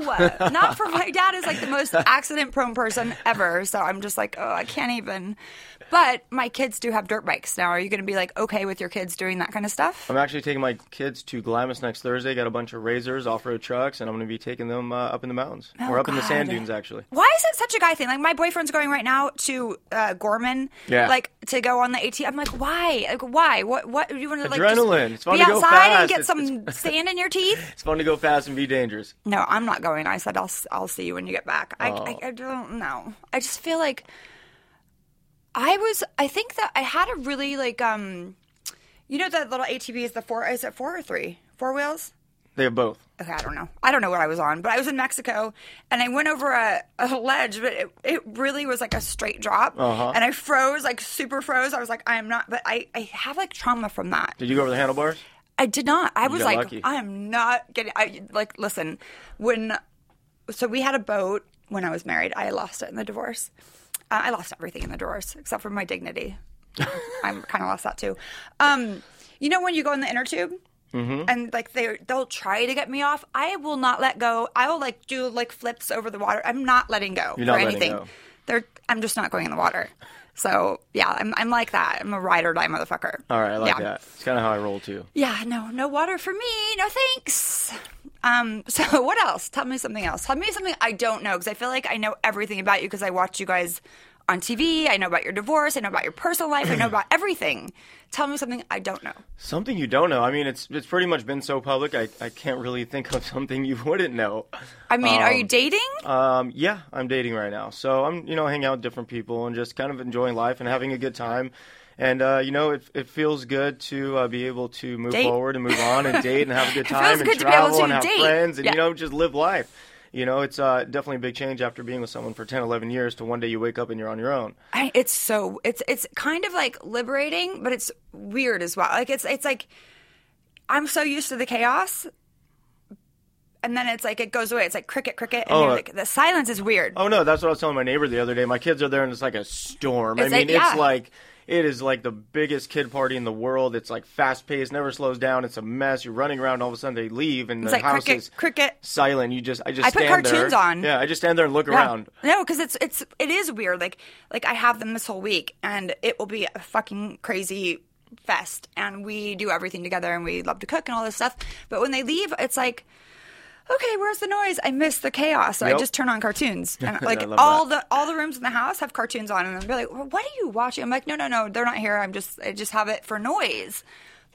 Speaker 5: not for my dad is like the most accident prone person ever. So I'm just like, oh, I can't even. But my kids do have dirt bikes now. Are you going to be like okay with your kids doing that kind of stuff?
Speaker 9: I'm actually taking my kids to Glamis next Thursday. Got a bunch of razors, off-road trucks, and I'm going to be taking them uh, up in the mountains or up in the sand
Speaker 5: Oh, God.
Speaker 9: dunes, actually.
Speaker 5: Why is it such a guy thing? Like my boyfriend's going right now to uh, Gorman,
Speaker 9: Yeah.
Speaker 5: like to go on the AT. I'm like, why? Like, why? What? What? You want to like just
Speaker 9: Adrenaline. It's fun
Speaker 5: be
Speaker 9: to go
Speaker 5: outside and
Speaker 9: fast.
Speaker 5: get
Speaker 9: It's- (laughs)
Speaker 5: some sand in your teeth?
Speaker 9: It's fun to go fast and be dangerous.
Speaker 5: No, I'm not going. I said I'll s- I'll see you when you get back. I
Speaker 9: Oh.
Speaker 5: I, I don't know. I just feel like I was. I think that I had a really like um, you know that little ATV is the four. Is it four or three? Four wheels
Speaker 9: They have both.
Speaker 5: okay, I don't know. I don't know what I was on, but I was in Mexico and I went over a, a ledge, but it, it really was like a straight drop. And I froze, like super froze. I was like, I am not, but I, I have like trauma from that.
Speaker 9: Did you go over the handlebars?
Speaker 5: I did not. I was
Speaker 9: got
Speaker 5: like,
Speaker 9: lucky.
Speaker 5: I am not getting, I like, listen, when, so we had a boat when I was married. I lost it in the divorce. Uh, I lost everything in the divorce except for my
Speaker 9: (laughs)
Speaker 5: dignity. I'm kind of lost that too. Um, you know, when you go in the inner tube
Speaker 9: Mm-hmm.
Speaker 5: and like they they'll try to get me off, I will not let go. I will like do like flips over the water. I'm not letting go for
Speaker 9: You're not letting
Speaker 5: anything.
Speaker 9: go.
Speaker 5: They're I'm just not going in the water. So yeah, I'm I'm like that. I'm a ride or die motherfucker.
Speaker 9: All right, I like
Speaker 5: yeah.
Speaker 9: that. It's kind of how I roll too.
Speaker 5: Yeah, no, no water for me. No thanks. Um, (laughs) so what else? Tell me something else. Tell me something I don't know because I feel like I know everything about you because I watch you guys on TV. I know about your divorce. I know about your personal life. I know about everything. Tell me something I don't know.
Speaker 9: Something you don't know. I mean, it's it's pretty much been so public. I, I can't really think of (laughs) something you wouldn't know.
Speaker 5: I mean, are you dating?
Speaker 9: Um, yeah, I'm dating right now, so I'm you know hanging out with different people and just kind of enjoying life and having a good time. And uh, you know, it, it feels good to uh, be able to move
Speaker 5: Date.
Speaker 9: forward and move on and date and have
Speaker 5: (laughs)
Speaker 9: a good
Speaker 5: It
Speaker 9: time
Speaker 5: feels
Speaker 9: and
Speaker 5: good to be able
Speaker 9: travel
Speaker 5: to
Speaker 9: and have
Speaker 5: date.
Speaker 9: friends and
Speaker 5: Yeah.
Speaker 9: you know just live life. You know, it's uh, definitely a big change after being with someone for 10, 11 years to one day you wake up and you're on your own.
Speaker 5: I, it's so it's it's kind of like liberating, but it's weird as well. Like it's it's like I'm so used to the chaos, and then it's like it goes away. It's like cricket, cricket, and
Speaker 9: Oh,
Speaker 5: you're
Speaker 9: uh,
Speaker 5: like the silence is weird.
Speaker 9: Oh no, that's what I was telling my neighbor the other day. My kids are there, and it's like a storm.
Speaker 5: Is
Speaker 9: I
Speaker 5: it?
Speaker 9: mean,
Speaker 5: Yeah.
Speaker 9: it's like it is like the biggest kid party in the world. It's like fast paced, never slows down. It's a mess. You're running around. All of a sudden, they leave, and
Speaker 5: it's
Speaker 9: the
Speaker 5: like
Speaker 9: house
Speaker 5: cricket,
Speaker 9: is
Speaker 5: cricket.
Speaker 9: silent. You just, I just
Speaker 5: I put
Speaker 9: stand
Speaker 5: cartoons
Speaker 9: there.
Speaker 5: on.
Speaker 9: Yeah, I just stand there and look around.
Speaker 5: Yeah. No, because it's it's it is weird. Like like I have them this whole week, and it will be a fucking crazy fest. And we do everything together, and we love to cook and all this stuff. But when they leave, it's like. Okay, where's the noise? I miss the chaos, so I
Speaker 9: Yep.
Speaker 5: just turn on
Speaker 9: (laughs)
Speaker 5: cartoons. And like
Speaker 9: love
Speaker 5: all the all the rooms in the house have cartoons on, and they're like, well, "What are you watching?" I'm like, "No, no, no, they're not here. I'm just I just have it for noise."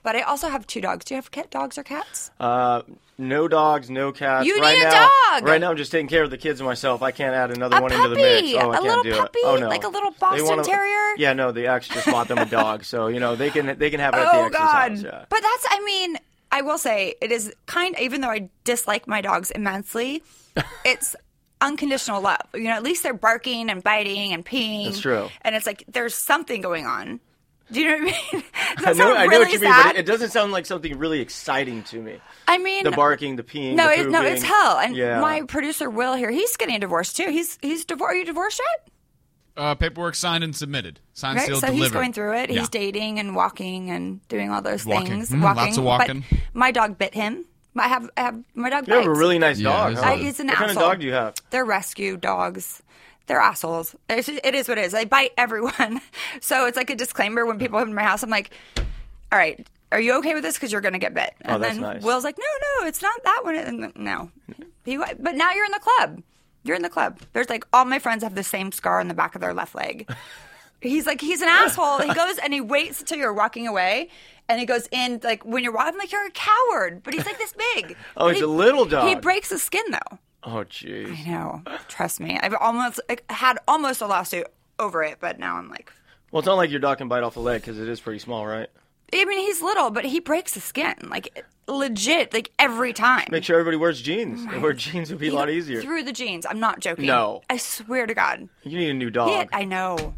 Speaker 5: But I also have two dogs. Do you have cat dogs or cats?
Speaker 9: Uh, no dogs, no cats.
Speaker 5: You
Speaker 9: right
Speaker 5: need a
Speaker 9: now,
Speaker 5: dog!
Speaker 9: Right now, I'm just taking care of the kids and myself. I can't add another
Speaker 5: A
Speaker 9: one into the mix.
Speaker 5: puppy!
Speaker 9: Oh, I
Speaker 5: A
Speaker 9: can't
Speaker 5: little
Speaker 9: do
Speaker 5: puppy,
Speaker 9: it. Oh no,
Speaker 5: like a little
Speaker 9: They
Speaker 5: Boston
Speaker 9: wanna-
Speaker 5: Terrier?
Speaker 9: Yeah, no, the ex just bought them a dog, so you know they can they can have it at the
Speaker 5: oh
Speaker 9: ex's
Speaker 5: god
Speaker 9: house. Yeah.
Speaker 5: but that's i mean i will say it is kind even though i dislike my dogs
Speaker 9: (laughs)
Speaker 5: immensely it's unconditional love you know at least they're barking and biting and peeing
Speaker 9: That's true.
Speaker 5: and it's like there's something going on do you know what
Speaker 9: (laughs)
Speaker 5: i mean Does
Speaker 9: I
Speaker 5: that
Speaker 9: know,
Speaker 5: sound
Speaker 9: I know
Speaker 5: really
Speaker 9: what you mean,
Speaker 5: sad?
Speaker 9: but it, it doesn't sound like something really exciting to me.
Speaker 5: i mean
Speaker 9: the barking, the peeing.
Speaker 5: no,
Speaker 9: the
Speaker 5: it, no, it's
Speaker 9: pooping.
Speaker 5: hell. And
Speaker 9: yeah.
Speaker 5: my producer Will here, he's getting divorced too. He's he's divorced. Are you divorced yet?
Speaker 10: Uh, paperwork signed and submitted. Signed,
Speaker 5: Right.
Speaker 10: sealed,
Speaker 5: so
Speaker 10: delivered.
Speaker 5: he's going through it.
Speaker 10: Yeah.
Speaker 5: He's dating and walking and doing all those
Speaker 10: Walking.
Speaker 5: things.
Speaker 10: Mm, lots of walking.
Speaker 5: But my dog bit him. I have I have my dog.
Speaker 9: You have a
Speaker 5: bites.
Speaker 9: really nice
Speaker 10: Yeah,
Speaker 9: dog.
Speaker 10: it's
Speaker 9: huh?
Speaker 5: I, it's an
Speaker 9: what
Speaker 5: asshole.
Speaker 9: kind of dog do you have?
Speaker 5: They're rescue dogs. They're assholes. It's just- it is what it is. They bite everyone. (laughs) So it's like a disclaimer when people come to my house. I'm like, all right, are you okay with this? Because you're going to get bit. And
Speaker 9: Oh, that's
Speaker 5: then
Speaker 9: nice.
Speaker 5: Will's like, no, no, it's not that one. And then- no. He wa- But now you're in the club. You're in the club. There's like all my friends have the same scar on the back of their left leg. He's like,
Speaker 9: (laughs)
Speaker 5: he's an asshole. He goes and he waits until you're walking away. And he goes in, like, when you're walking, I'm like, you're a coward. But he's like this big.
Speaker 9: (laughs) Oh,
Speaker 5: And
Speaker 9: he's
Speaker 5: he-
Speaker 9: a little
Speaker 5: He
Speaker 9: dog.
Speaker 5: breaks his skin, though.
Speaker 9: Oh, jeez.
Speaker 5: I know. Trust me. I've almost like, had almost a lawsuit over it, but now I'm like,
Speaker 9: Well, it's not like your dog can bite off a leg because it is pretty small, right?
Speaker 5: I mean, he's little, but he breaks his skin like legit, like every time.
Speaker 9: Make sure everybody wears jeans.
Speaker 5: Oh
Speaker 9: If wear jeans would be a lot easier.
Speaker 5: Through the jeans. I'm not joking.
Speaker 9: No.
Speaker 5: I swear to God.
Speaker 9: You need a new dog.
Speaker 5: Yeah, I know.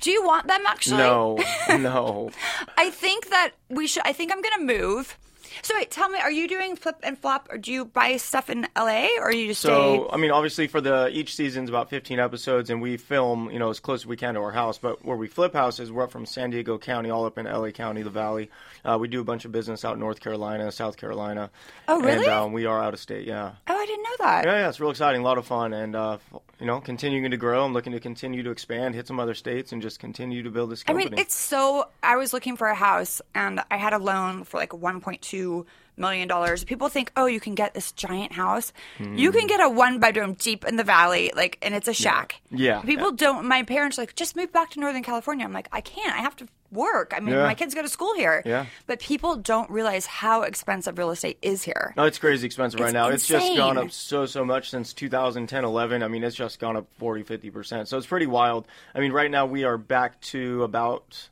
Speaker 5: Do you want them actually?
Speaker 9: no, no.
Speaker 5: I think that we should. I think I'm gonna move. So wait, tell me, are you doing flip and flop, or do you buy stuff in LA, or you just
Speaker 9: So
Speaker 5: stay?
Speaker 9: I mean, obviously, for the each season's about 15 episodes, and we film, you know, as close as we can to our house. But where we flip houses, we're up from San Diego County, all up in LA County, the Valley. Uh, we do a bunch of business out in North Carolina, South Carolina.
Speaker 5: Oh, really?
Speaker 9: And um, we are out of state, yeah.
Speaker 5: Oh, I didn't know that.
Speaker 9: Yeah, yeah, it's real exciting, a lot of fun, and uh, f- you know, continuing to grow. I'm looking to continue to expand, hit some other states, and just continue to build this
Speaker 5: I
Speaker 9: company.
Speaker 5: mean, it's so. I was looking for a house and I had a loan for like $1.2 million. People think, oh, you can get this giant house. You can get a one bedroom deep in the valley, like, and it's a shack.
Speaker 9: Hmm. Yeah.
Speaker 5: People don't. My parents are like, just move back to Northern California. I'm like, I can't. I have to work. I mean,
Speaker 9: Yeah.
Speaker 5: my kids go to school here.
Speaker 9: Yeah.
Speaker 5: But people don't realize how expensive real estate is here.
Speaker 9: No, it's crazy expensive right
Speaker 5: It's
Speaker 9: now. It's just gone
Speaker 5: insane.
Speaker 9: up so, so much since 2010, 11. I mean, it's just gone up 40, 50%. So it's pretty wild. I mean, right now we are back to about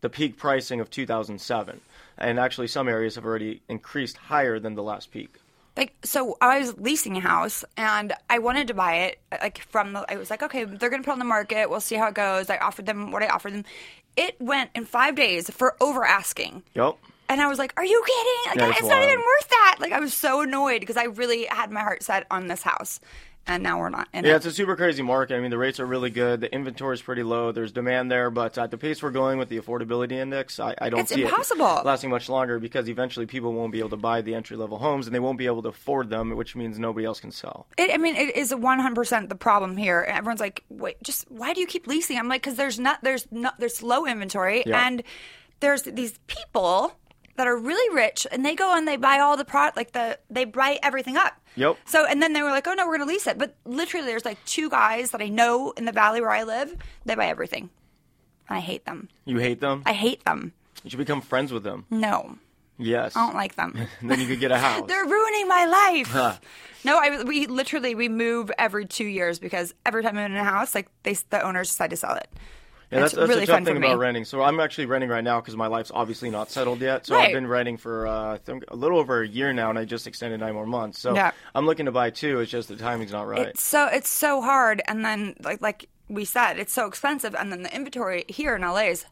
Speaker 9: the peak pricing of 2007. And actually, some areas have already increased higher than the last peak.
Speaker 5: like so i was leasing a house and i wanted to buy it like from the i was like okay they're gonna put it on the market we'll see how it goes i offered them what i offered them it went in five days for over asking
Speaker 9: Yep.
Speaker 5: and i was like are you kidding
Speaker 9: Yeah,
Speaker 5: like,
Speaker 9: it's
Speaker 5: it's not
Speaker 9: wild.
Speaker 5: even worth that like i was so annoyed because i really had my heart set on this house and now we're not in
Speaker 9: Yeah,
Speaker 5: it.
Speaker 9: it's a super crazy market. I mean, the rates are really good. The inventory is pretty low. There's demand there, but at the pace we're going with the affordability index, I, I don't
Speaker 5: It's
Speaker 9: see
Speaker 5: impossible.
Speaker 9: it lasting much longer because eventually people won't be able to buy the entry level homes and they won't be able to afford them, which means nobody else can sell.
Speaker 5: It, I mean, it is 100% the problem here. And everyone's like, wait, just why do you keep leasing? I'm like, because there's not, there's not, there's low inventory
Speaker 9: Yeah.
Speaker 5: and there's these people that are really rich and they go and they buy all the product, like the, they buy everything up.
Speaker 9: Yep.
Speaker 5: So, and then they were like, oh no, we're going to lease it. But literally, there's like two guys that I know in the valley where I live, they buy everything. And I hate them.
Speaker 9: You hate them?
Speaker 5: I hate them.
Speaker 9: You should become friends with them.
Speaker 5: No,
Speaker 9: Yes.
Speaker 5: I don't like
Speaker 9: (laughs)
Speaker 5: them.
Speaker 9: And then you could
Speaker 5: (laughs)
Speaker 9: get a house.
Speaker 5: They're ruining my life. No, I we literally we move every two years because every time I'm in a house, like they the owners decide to sell it.
Speaker 9: Yeah, that's,
Speaker 5: it's
Speaker 9: that's
Speaker 5: really
Speaker 9: the tough
Speaker 5: fun
Speaker 9: thing
Speaker 5: for me.
Speaker 9: about renting. So I'm actually renting right now because my life's obviously not settled yet. So
Speaker 5: Right.
Speaker 9: I've been renting for uh, I think a little over a year now, and I just extended nine more months. So
Speaker 5: Yeah.
Speaker 9: I'm looking to buy two. It's just the timing's not right.
Speaker 5: It's so it's so hard, and then like like we said, it's so expensive, and then the inventory here in LA is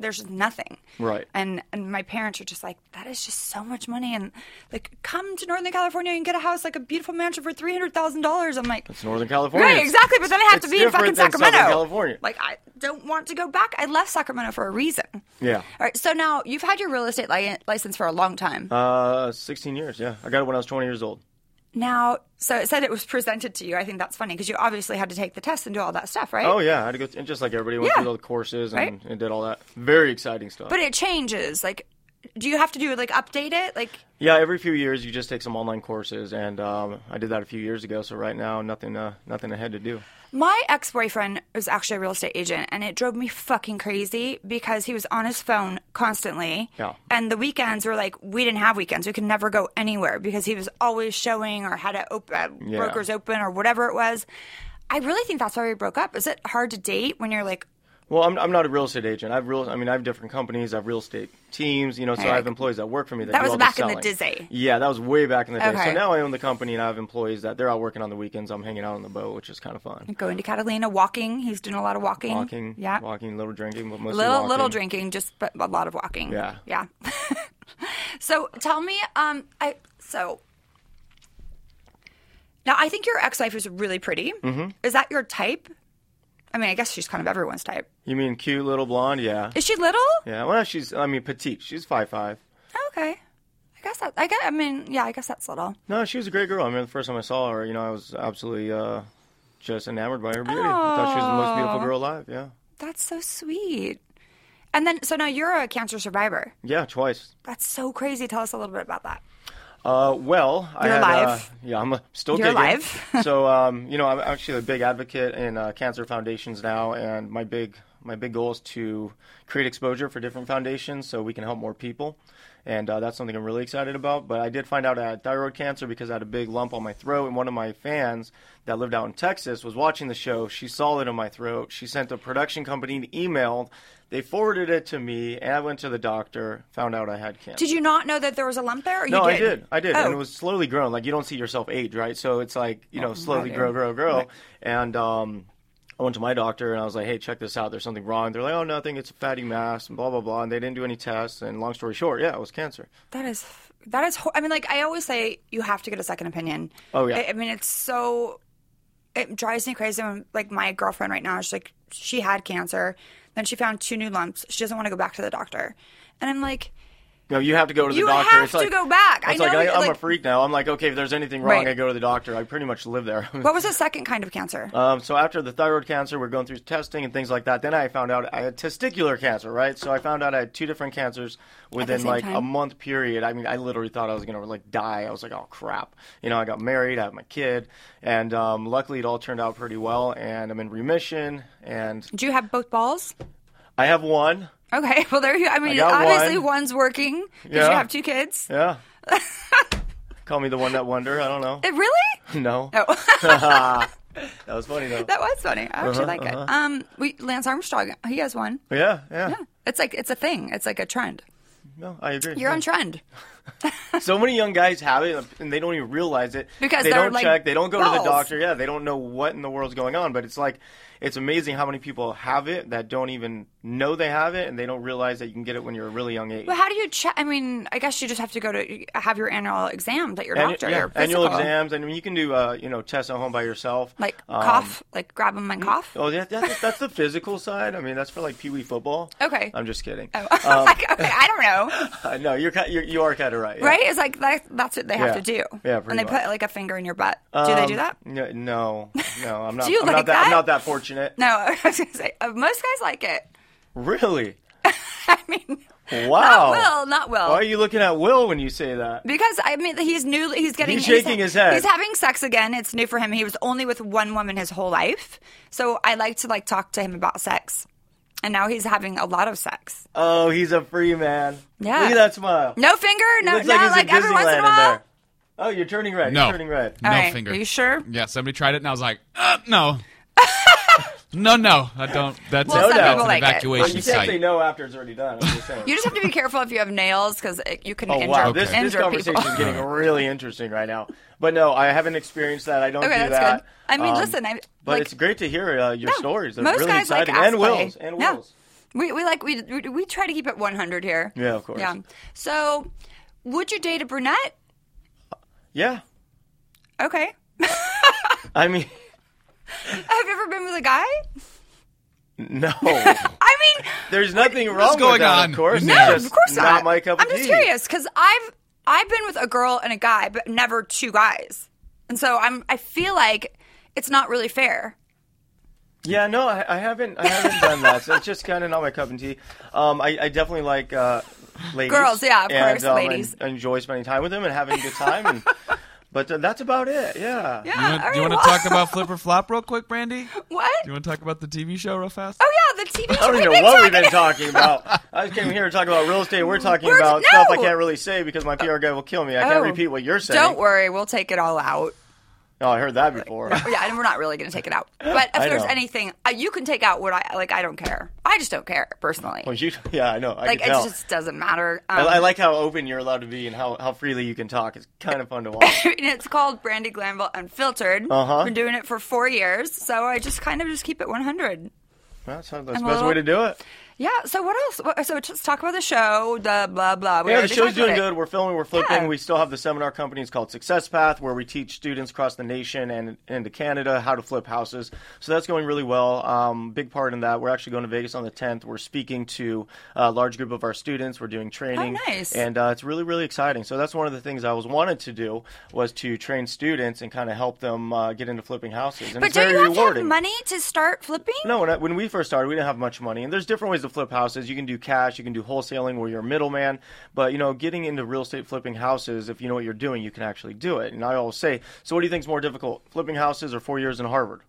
Speaker 5: there's just nothing.
Speaker 9: Right.
Speaker 5: And and my parents are just like that is just so much money, and like come to Northern California and get a house like a beautiful mansion for three hundred thousand dollars. I'm like.
Speaker 9: It's Northern California.
Speaker 5: Right, exactly. But then I have
Speaker 9: It's
Speaker 5: to be in fucking
Speaker 9: different than Southern
Speaker 5: Sacramento,
Speaker 9: California.
Speaker 5: Like I don't want to go back. I left Sacramento for a reason.
Speaker 9: Yeah.
Speaker 5: All right. So now you've had your real estate li- license for a long time.
Speaker 9: Uh, 16 years. Yeah, I got it when I was 20 years old.
Speaker 5: Now, so it said it was presented to you. I think that's funny because you obviously had to take the test and do all that stuff, right?
Speaker 9: Oh yeah, I had to go th- and just like everybody went
Speaker 5: Yeah.
Speaker 9: through all the courses and,
Speaker 5: Right.
Speaker 9: and did all that. Very exciting stuff.
Speaker 5: But it changes. Like, do you have to do like update it? Like,
Speaker 9: yeah, every few years you just take some online courses, and um, I did that a few years ago. So right now, nothing, uh, nothing ahead to do.
Speaker 5: my ex boyfriend was actually a real estate agent, and it drove me fucking crazy because he was on his phone constantly.
Speaker 9: Yeah.
Speaker 5: And the weekends were like we didn't have weekends. We could never go anywhere because he was always showing or had to open uh,
Speaker 9: Yeah.
Speaker 5: brokers open or whatever it was. I really think that's why we broke up. Is it hard to date when you're like
Speaker 9: Well, I'm, I'm not a real estate agent. I've real. I mean, I have different companies. I have real estate teams. You know, so I have employees that work for me. That,
Speaker 5: That
Speaker 9: do
Speaker 5: was
Speaker 9: all
Speaker 5: back in the
Speaker 9: selling.
Speaker 5: dizzy.
Speaker 9: Yeah, that was way back in the day.
Speaker 5: Okay.
Speaker 9: So now I own the company, and I have employees that they're out working on the weekends. I'm hanging out on the boat, which is kind of fun.
Speaker 5: going to Catalina walking? He's doing a lot of walking.
Speaker 9: Walking,
Speaker 5: Yeah.
Speaker 9: walking, little drinking, but mostly
Speaker 5: little
Speaker 9: walking.
Speaker 5: little drinking, just but a lot of walking.
Speaker 9: Yeah.
Speaker 5: yeah. (laughs) so tell me, um, I so now I think your ex-wife is really pretty. Mm-hmm. Is that your type? I mean, I guess she's kind of everyone's type.
Speaker 9: You mean cute little blonde? Yeah,
Speaker 5: Is she little? Oh,
Speaker 9: yeah. Well, she's. I mean, petite. She's five five.
Speaker 5: Okay, I guess that. I guess. I mean, yeah, I guess that's little.
Speaker 9: No, she was a great girl. I remember the first time I saw her, you know, I was absolutely uh, just enamored by her beauty. I thought she was the most beautiful girl alive. Yeah.
Speaker 5: That's so sweet. And then, so now you're a cancer survivor.
Speaker 9: Yeah, twice.
Speaker 5: That's so crazy. Tell us a little bit about that.
Speaker 9: Uh, well, I
Speaker 5: You're
Speaker 9: had, uh,
Speaker 5: alive.
Speaker 9: yeah, I'm uh, still
Speaker 5: You're
Speaker 9: kicking.
Speaker 5: alive.
Speaker 9: (laughs) so, um, you know, I'm actually a big advocate in uh, cancer foundations now, and my big my big goal is to create exposure for different foundations so we can help more people, and uh, that's something I'm really excited about. But I did find out I had thyroid cancer because I had a big lump on my throat, and one of my fans that lived out in Texas was watching the show. She saw it in my throat. She sent a production company an email. They forwarded it to me, and I went to the doctor, found out I had cancer.
Speaker 5: Did you not know that there was a lump there? Or you
Speaker 9: No,
Speaker 5: did?
Speaker 9: I did. I did. And
Speaker 5: Oh.
Speaker 9: it was slowly growing. Like, you don't see yourself age, right? So it's like, you know, slowly grow, grow, grow. And um, I went to my doctor and I was like, hey, check this out. There's something wrong. They're like, oh, nothing. It's a fatty mass and blah, blah, blah. And they didn't do any tests. And long story short, yeah, it was cancer.
Speaker 5: That is that is. hor- I mean, like I always say, you have to get a second opinion.
Speaker 9: Oh, yeah.
Speaker 5: I, I mean, it's so. It drives me crazy. When, like my girlfriend right now, she's like, she had cancer, then she found two new lumps. She doesn't want to go back to the doctor, and I'm like,
Speaker 9: No, you have to go to the
Speaker 5: You
Speaker 9: doctor.
Speaker 5: have
Speaker 9: it's
Speaker 5: to
Speaker 9: like,
Speaker 5: go back. I
Speaker 9: It's
Speaker 5: know
Speaker 9: like,
Speaker 5: you-
Speaker 9: I, I'm
Speaker 5: like-
Speaker 9: a freak now. I'm like, okay, if there's anything wrong,
Speaker 5: Right.
Speaker 9: I go to the doctor. I pretty much live there.
Speaker 5: what was the second kind of cancer?
Speaker 9: Um, so after the thyroid cancer, we're going through testing and things like that. Then I found out I had testicular cancer, right? So I found out I had two different cancers within
Speaker 5: same
Speaker 9: like a
Speaker 5: time?
Speaker 9: month period. I mean, I literally thought I was gonna like die. I was like, oh crap. You know, I got married, I have my kid, and um, luckily it all turned out pretty well. And I'm in remission, and
Speaker 5: Do you have both balls?
Speaker 9: I have one.
Speaker 5: Okay, (laughs) well there you. I mean,
Speaker 9: got
Speaker 5: obviously
Speaker 9: one.
Speaker 5: one's working because
Speaker 9: Yeah.
Speaker 5: you have two kids.
Speaker 9: Yeah.
Speaker 5: (laughs)
Speaker 9: Call me the one that wonder. I don't know.
Speaker 5: It really?
Speaker 9: No,
Speaker 5: No,
Speaker 9: (laughs) that was funny
Speaker 5: (laughs)
Speaker 9: though.
Speaker 5: that was funny. I
Speaker 9: Uh-huh,
Speaker 5: actually like it. Um, we Lance Armstrong, he has one.
Speaker 9: yeah, yeah,
Speaker 5: It's like it's a thing. It's like a trend.
Speaker 9: No, I agree.
Speaker 5: You're
Speaker 9: Yeah.
Speaker 5: on trend.
Speaker 9: So many young guys have it and they don't even realize it
Speaker 5: Because
Speaker 9: they
Speaker 5: they're,
Speaker 9: don't
Speaker 5: like,
Speaker 9: check, they don't go to
Speaker 5: balls.
Speaker 9: the doctor. Yeah, they don't know what in the world's going on. But it's like, it's amazing how many people have it that don't even know they have it and they don't realize that you can get it when you're a really young age.
Speaker 5: But how do you check? I mean, I guess you just have to go to have your annual exam that your
Speaker 9: Annu-
Speaker 5: doctor,
Speaker 9: yeah,
Speaker 5: your
Speaker 9: annual
Speaker 5: physical.
Speaker 9: exams, and you can do uh, you know tests at home by yourself,
Speaker 5: like
Speaker 9: Um,
Speaker 5: cough, like grab them and cough.
Speaker 9: Oh, yeah, that's, that's the physical side. I mean, that's for like pee wee football.
Speaker 5: Okay.
Speaker 9: I'm just kidding.
Speaker 5: Oh, (laughs) like, okay, I don't know,
Speaker 9: Uh, no, you're, ki- you're you are kind of right. (laughs) yeah.
Speaker 5: right? It's like that, that's what they have
Speaker 9: Yeah.
Speaker 5: to do.
Speaker 9: Yeah,
Speaker 5: and
Speaker 9: pretty
Speaker 5: they
Speaker 9: much. Um,
Speaker 5: put like a finger in your butt. do they do that?
Speaker 9: No, no, no, I'm
Speaker 5: (laughs)
Speaker 9: not.
Speaker 5: you
Speaker 9: I'm
Speaker 5: like
Speaker 9: not that,
Speaker 5: that?
Speaker 9: I'm not that fortunate.
Speaker 5: No, (laughs) I was gonna say uh, most guys like it.
Speaker 9: Really?
Speaker 5: (laughs) I mean, not
Speaker 9: Wow.
Speaker 5: Will, not Will,
Speaker 9: Why are you looking at Will when you say that?
Speaker 5: because I mean he's new. He's getting
Speaker 9: He's shaking his head.
Speaker 5: He's having sex again. It's new for him. He was only with one woman his whole life, so I like to like talk to him about sex. And now he's having a lot of sex.
Speaker 9: Oh, he's a free man.
Speaker 5: Yeah.
Speaker 9: Look at that smile.
Speaker 5: No finger, no,
Speaker 9: Looks
Speaker 5: no,
Speaker 9: like he's
Speaker 5: like
Speaker 9: at
Speaker 5: every once in a
Speaker 9: Disneyland in
Speaker 5: while.
Speaker 9: there. Oh, you're turning red.
Speaker 10: No.
Speaker 9: You're turning red.
Speaker 10: No
Speaker 5: All right,
Speaker 10: finger.
Speaker 5: Are you sure? (laughs)
Speaker 10: Yeah, somebody tried it and I was like, uh, no. No, no, I don't. That's,
Speaker 5: Well,
Speaker 10: it.
Speaker 5: some
Speaker 10: That's
Speaker 5: people
Speaker 10: an
Speaker 5: like it.
Speaker 9: But
Speaker 10: evacuation
Speaker 9: you can't
Speaker 10: site.
Speaker 9: say no after it's already done. I'm just saying.
Speaker 5: You just have to be careful if you have nails because you can
Speaker 9: Oh
Speaker 5: injure,
Speaker 9: wow, this, this
Speaker 5: injure
Speaker 9: conversation
Speaker 5: people.
Speaker 9: is getting
Speaker 10: (laughs)
Speaker 9: really interesting right now. But no, I haven't experienced that. I don't
Speaker 5: Okay,
Speaker 9: do
Speaker 5: that's
Speaker 9: that.
Speaker 5: good. I mean,
Speaker 9: Um,
Speaker 5: listen, I
Speaker 9: but
Speaker 5: like,
Speaker 9: it's great to hear uh, your
Speaker 5: no,
Speaker 9: stories. They're
Speaker 5: most
Speaker 9: really
Speaker 5: guys
Speaker 9: exciting
Speaker 5: like ass
Speaker 9: and
Speaker 5: play.
Speaker 9: wills and
Speaker 5: Yeah.
Speaker 9: wills.
Speaker 5: We we like we, we we try to keep it 100 here.
Speaker 9: Yeah, of course.
Speaker 5: Yeah. So, would you date a brunette?
Speaker 9: Yeah,
Speaker 5: Okay. (laughs)
Speaker 9: I mean, (laughs)
Speaker 5: Have you ever been with a guy?
Speaker 9: no,
Speaker 5: I mean,
Speaker 9: there's nothing wrong
Speaker 10: going
Speaker 9: with that.
Speaker 10: on?
Speaker 9: Of course,
Speaker 10: No,
Speaker 9: It's
Speaker 5: no,
Speaker 9: just
Speaker 5: of course not.
Speaker 9: my cup of
Speaker 5: I'm just
Speaker 9: tea.
Speaker 5: curious because I've I've been with a girl and a guy, but never two guys, and so I'm I feel like it's not really fair.
Speaker 9: Yeah, no, I, I haven't. I haven't done that. So it's just kind of not my cup of tea. Um, I, I definitely like uh, ladies,
Speaker 5: Girls, yeah, of
Speaker 9: and,
Speaker 5: course,
Speaker 9: um,
Speaker 5: ladies.
Speaker 9: en- enjoy spending time with them and having a good time.
Speaker 5: (laughs)
Speaker 9: And, but uh, that's about it. Yeah.
Speaker 5: Yeah.
Speaker 10: You want,
Speaker 5: all
Speaker 10: you
Speaker 5: right,
Speaker 10: want to
Speaker 5: well-
Speaker 10: talk about Flip or Flop real quick, Brandy? Do
Speaker 5: (laughs) what?
Speaker 10: you want to talk about the TV show real fast?
Speaker 5: Oh yeah, the TV show.
Speaker 9: I don't
Speaker 5: we've
Speaker 9: even know
Speaker 5: been
Speaker 9: what we've
Speaker 5: talking- (laughs)
Speaker 9: been talking about. I came here to talk about real estate. We're talking
Speaker 5: We're-
Speaker 9: about stuff I
Speaker 5: no.
Speaker 9: can't really say because my PR guy will kill me. I
Speaker 5: Oh.
Speaker 9: can't repeat what you're saying.
Speaker 5: Don't worry, we'll take it all out.
Speaker 9: Oh, I
Speaker 5: (laughs)
Speaker 9: heard that before.
Speaker 5: Yeah, and we're not really going to take it out. But if
Speaker 9: (laughs) I
Speaker 5: there's
Speaker 9: know.
Speaker 5: anything, uh, you can take out what I like. I don't care. I just don't care personally.
Speaker 9: Well, you, yeah, I know. I
Speaker 5: like
Speaker 9: can
Speaker 5: it
Speaker 9: tell.
Speaker 5: just doesn't matter.
Speaker 9: I,
Speaker 5: Um,
Speaker 9: I like how open you're allowed to be and how, how freely you can talk. It's kind of fun
Speaker 5: (laughs)
Speaker 9: to
Speaker 5: (laughs)
Speaker 9: watch.
Speaker 5: and it's called Brandy Glanville Unfiltered.
Speaker 9: Uh-huh.
Speaker 5: Been doing it for four years, so I just kind of just keep it 100.
Speaker 9: That's, that's the
Speaker 5: a
Speaker 9: best
Speaker 5: little-
Speaker 9: way to do it.
Speaker 5: Yeah. So what else? What- So let's talk about the show. The blah blah. We
Speaker 9: Yeah, the
Speaker 5: already
Speaker 9: show's
Speaker 5: talked about
Speaker 9: doing
Speaker 5: it.
Speaker 9: good. We're filming. We're flipping.
Speaker 5: Yeah.
Speaker 9: We still have the seminar company. It's called Success Path, where we teach students across the nation and into Canada how to flip houses. So that's going really well. Um, big part in that. We're actually going to Vegas on the 10th. We're speaking to a large group of our students. We're doing training.
Speaker 5: Oh, nice.
Speaker 9: And uh, it's really, really exciting. So that's one of the things I always wanted to do was to train students and kind of help them uh, get into flipping houses. And
Speaker 5: But
Speaker 9: it's
Speaker 5: don't
Speaker 9: very
Speaker 5: you have
Speaker 9: rewarding.
Speaker 5: to have money to start flipping?
Speaker 9: No, when, I, when we first started, we didn't have much money, and there's different ways to flip houses. You can do cash, you can do wholesaling, where you're a middleman. But you know, getting into real estate flipping houses, if you know what you're doing, you can actually do it. And I always say, so what do you think's more difficult, flipping houses or four years in Harvard?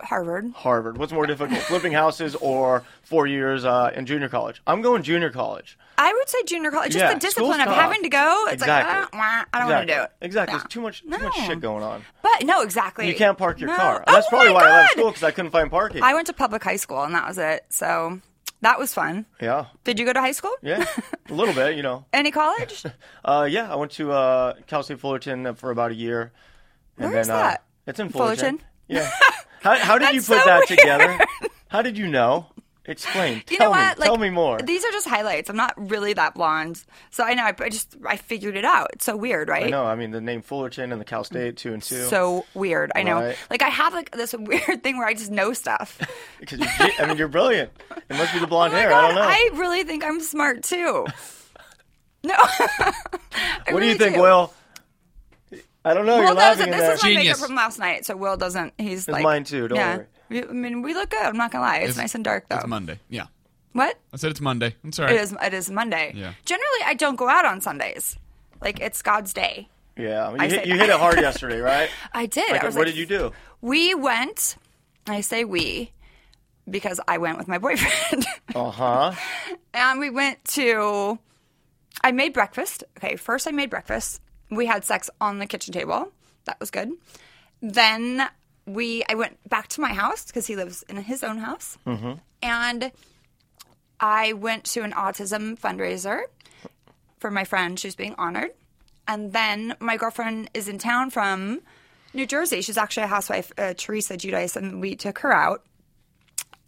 Speaker 5: Harvard.
Speaker 9: Harvard. What's
Speaker 5: (laughs)
Speaker 9: more difficult, flipping houses or four years uh, in junior college? I'm going junior college.
Speaker 5: I would say junior college. Just
Speaker 9: Yeah,
Speaker 5: the discipline
Speaker 9: school's
Speaker 5: of
Speaker 9: tough.
Speaker 5: having to go. It's like
Speaker 9: Exactly.
Speaker 5: "Ah, wah, I don't
Speaker 9: exactly.
Speaker 5: want to do it.
Speaker 9: Exactly.
Speaker 5: Yeah.
Speaker 9: There's too much, too much
Speaker 5: No.
Speaker 9: shit going on.
Speaker 5: But no, exactly.
Speaker 9: You can't park your
Speaker 5: No.
Speaker 9: car.
Speaker 5: Oh
Speaker 9: That's probably
Speaker 5: my
Speaker 9: why I left
Speaker 5: God!
Speaker 9: school because I couldn't find parking.
Speaker 5: I went to public high school and that was it. So that was fun.
Speaker 9: yeah,
Speaker 5: Did you go to high school?
Speaker 9: yeah, a little bit, you know.
Speaker 5: Any
Speaker 9: (laughs)
Speaker 5: college?
Speaker 9: Uh, yeah, I went to uh, Cal State Fullerton for about a year. And
Speaker 5: Where
Speaker 9: then,
Speaker 5: is that?
Speaker 9: Uh, it's in Fullerton.
Speaker 5: Fullerton? (laughs)
Speaker 9: Yeah. How, how did you
Speaker 5: That's
Speaker 9: put
Speaker 5: so
Speaker 9: that
Speaker 5: weird. (laughs)
Speaker 9: together? How did you know? Explain.
Speaker 5: You
Speaker 9: tell
Speaker 5: know what?
Speaker 9: me. tell me more.
Speaker 5: These are just highlights. I'm not really that blonde, so I know. I, I just I figured it out. It's so weird, right?
Speaker 9: I know. I mean, the name Fullerton and the Cal State two and two.
Speaker 5: So weird. I know.
Speaker 9: Right.
Speaker 5: Like I have like this (laughs) weird thing where I just know
Speaker 9: (laughs)
Speaker 5: stuff.
Speaker 9: because you're, bri- I mean, you're brilliant. It must be the blonde
Speaker 5: Oh my
Speaker 9: hair.
Speaker 5: God,
Speaker 9: I don't know.
Speaker 5: I really think I'm smart too. (laughs) No. (laughs)
Speaker 9: what do you think, Will? I don't know.
Speaker 5: Will
Speaker 9: you're
Speaker 5: knows
Speaker 9: laughing
Speaker 5: it.
Speaker 9: in
Speaker 5: This
Speaker 9: there.
Speaker 5: is my
Speaker 10: Genius.
Speaker 5: makeup from last night, so Will doesn't. He's like
Speaker 9: mine too, don't
Speaker 5: yeah.
Speaker 9: worry.
Speaker 5: We- I mean, we look good. I'm not gonna lie. It's,
Speaker 10: It's-
Speaker 5: nice and dark though.
Speaker 10: It's Monday. Yeah.
Speaker 5: What?
Speaker 10: I said it's Monday. I'm sorry.
Speaker 5: It is. It is Monday.
Speaker 10: Yeah.
Speaker 5: Generally, I don't go out on Sundays. Like it's God's day.
Speaker 9: yeah, I mean,
Speaker 5: I
Speaker 9: you, hit,
Speaker 5: said-
Speaker 9: you hit it
Speaker 5: (laughs)
Speaker 9: hard yesterday, right?
Speaker 5: I did.
Speaker 9: Like,
Speaker 5: I
Speaker 9: what
Speaker 5: was like,
Speaker 9: did you do?
Speaker 5: We went. I say we because I went with my boyfriend, (laughs)
Speaker 9: Uh huh.
Speaker 5: and we went to. I made breakfast. Okay, first I made breakfast. We had sex on the kitchen table. That was good. Then we. I went back to my house because he lives in his own house,
Speaker 9: Mm-hmm.
Speaker 5: and I went to an autism fundraiser for my friend. She was being honored. And then my girlfriend is in town from New Jersey. She's actually a housewife, uh, Teresa Judice, and we took her out.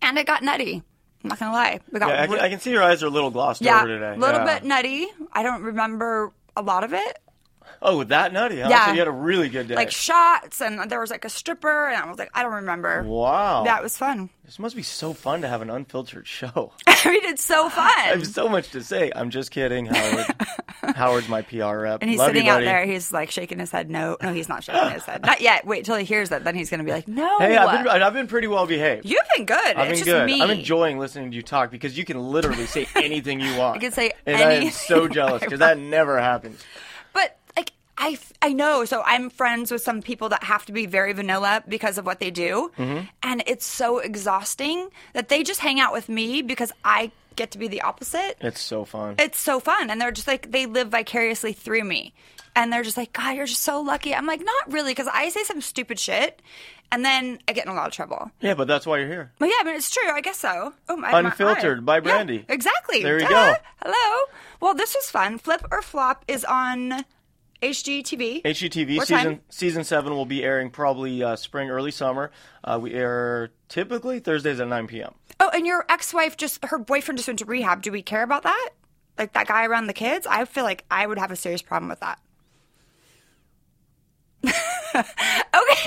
Speaker 5: And it got nutty. I'm not going to lie. We got
Speaker 9: Yeah, I can, I can see your eyes are a little glossed
Speaker 5: yeah,
Speaker 9: over today.
Speaker 5: a little
Speaker 9: Yeah.
Speaker 5: bit nutty. I don't remember a lot of it.
Speaker 9: Oh, that nutty, huh?
Speaker 5: Yeah.
Speaker 9: So you had a really good day.
Speaker 5: Like shots, and there was like a stripper, and I was like, I don't remember.
Speaker 9: wow.
Speaker 5: That was fun. (laughs)
Speaker 9: This must be so fun to have an unfiltered (laughs) show.
Speaker 5: we did so
Speaker 9: (laughs) I
Speaker 5: fun.
Speaker 9: have so much to say. I'm just
Speaker 5: (laughs)
Speaker 9: kidding, Howard. Howard's my PR rep.
Speaker 5: And he's
Speaker 9: Love
Speaker 5: sitting
Speaker 9: you,
Speaker 5: out
Speaker 9: buddy.
Speaker 5: there. He's like shaking his head. No, no, he's not shaking his head. Not yet. Wait till he hears that. Then he's going to be like, No.
Speaker 9: Hey, I've been, I've been pretty well behaved.
Speaker 5: You've been good.
Speaker 9: I've
Speaker 5: it's
Speaker 9: been
Speaker 5: just
Speaker 9: good.
Speaker 5: me.
Speaker 9: I'm enjoying listening to you talk because you can
Speaker 5: (laughs)
Speaker 9: literally say anything you want.
Speaker 5: I can say
Speaker 9: and I am
Speaker 5: anything (laughs)
Speaker 9: so jealous
Speaker 5: I
Speaker 9: because that never happens.
Speaker 5: But like I, f- I know. So I'm friends with some people that have to be very vanilla because of
Speaker 9: Mm-hmm.
Speaker 5: what they do, and it's so exhausting that they just hang out with me because I get to be the opposite.
Speaker 9: It's so fun.
Speaker 5: It's so fun. And they're just like, they live vicariously through me. And they're just like, God, you're just so lucky. I'm like, not really, because I say some stupid shit and then I get in a lot of trouble.
Speaker 9: yeah, but that's why you're here.
Speaker 5: But yeah, I mean, it's true. I guess so. Oh, my, my
Speaker 9: Unfiltered
Speaker 5: eye.
Speaker 9: by
Speaker 5: Yeah,
Speaker 9: Brandy.
Speaker 5: exactly.
Speaker 9: There you
Speaker 5: Duh.
Speaker 9: go.
Speaker 5: Hello. Well, this was fun. Flip or Flop is on HGTV.
Speaker 9: HGTV
Speaker 5: What
Speaker 9: season
Speaker 5: time?
Speaker 9: season seven will be airing probably uh, spring, early summer. Uh, we air typically Thursdays at 9 p.m.
Speaker 5: Oh, and your ex-wife just her boyfriend just went to rehab. Do we care about that? Like that guy around the kids? I feel like I would have a serious problem with that. (laughs) okay.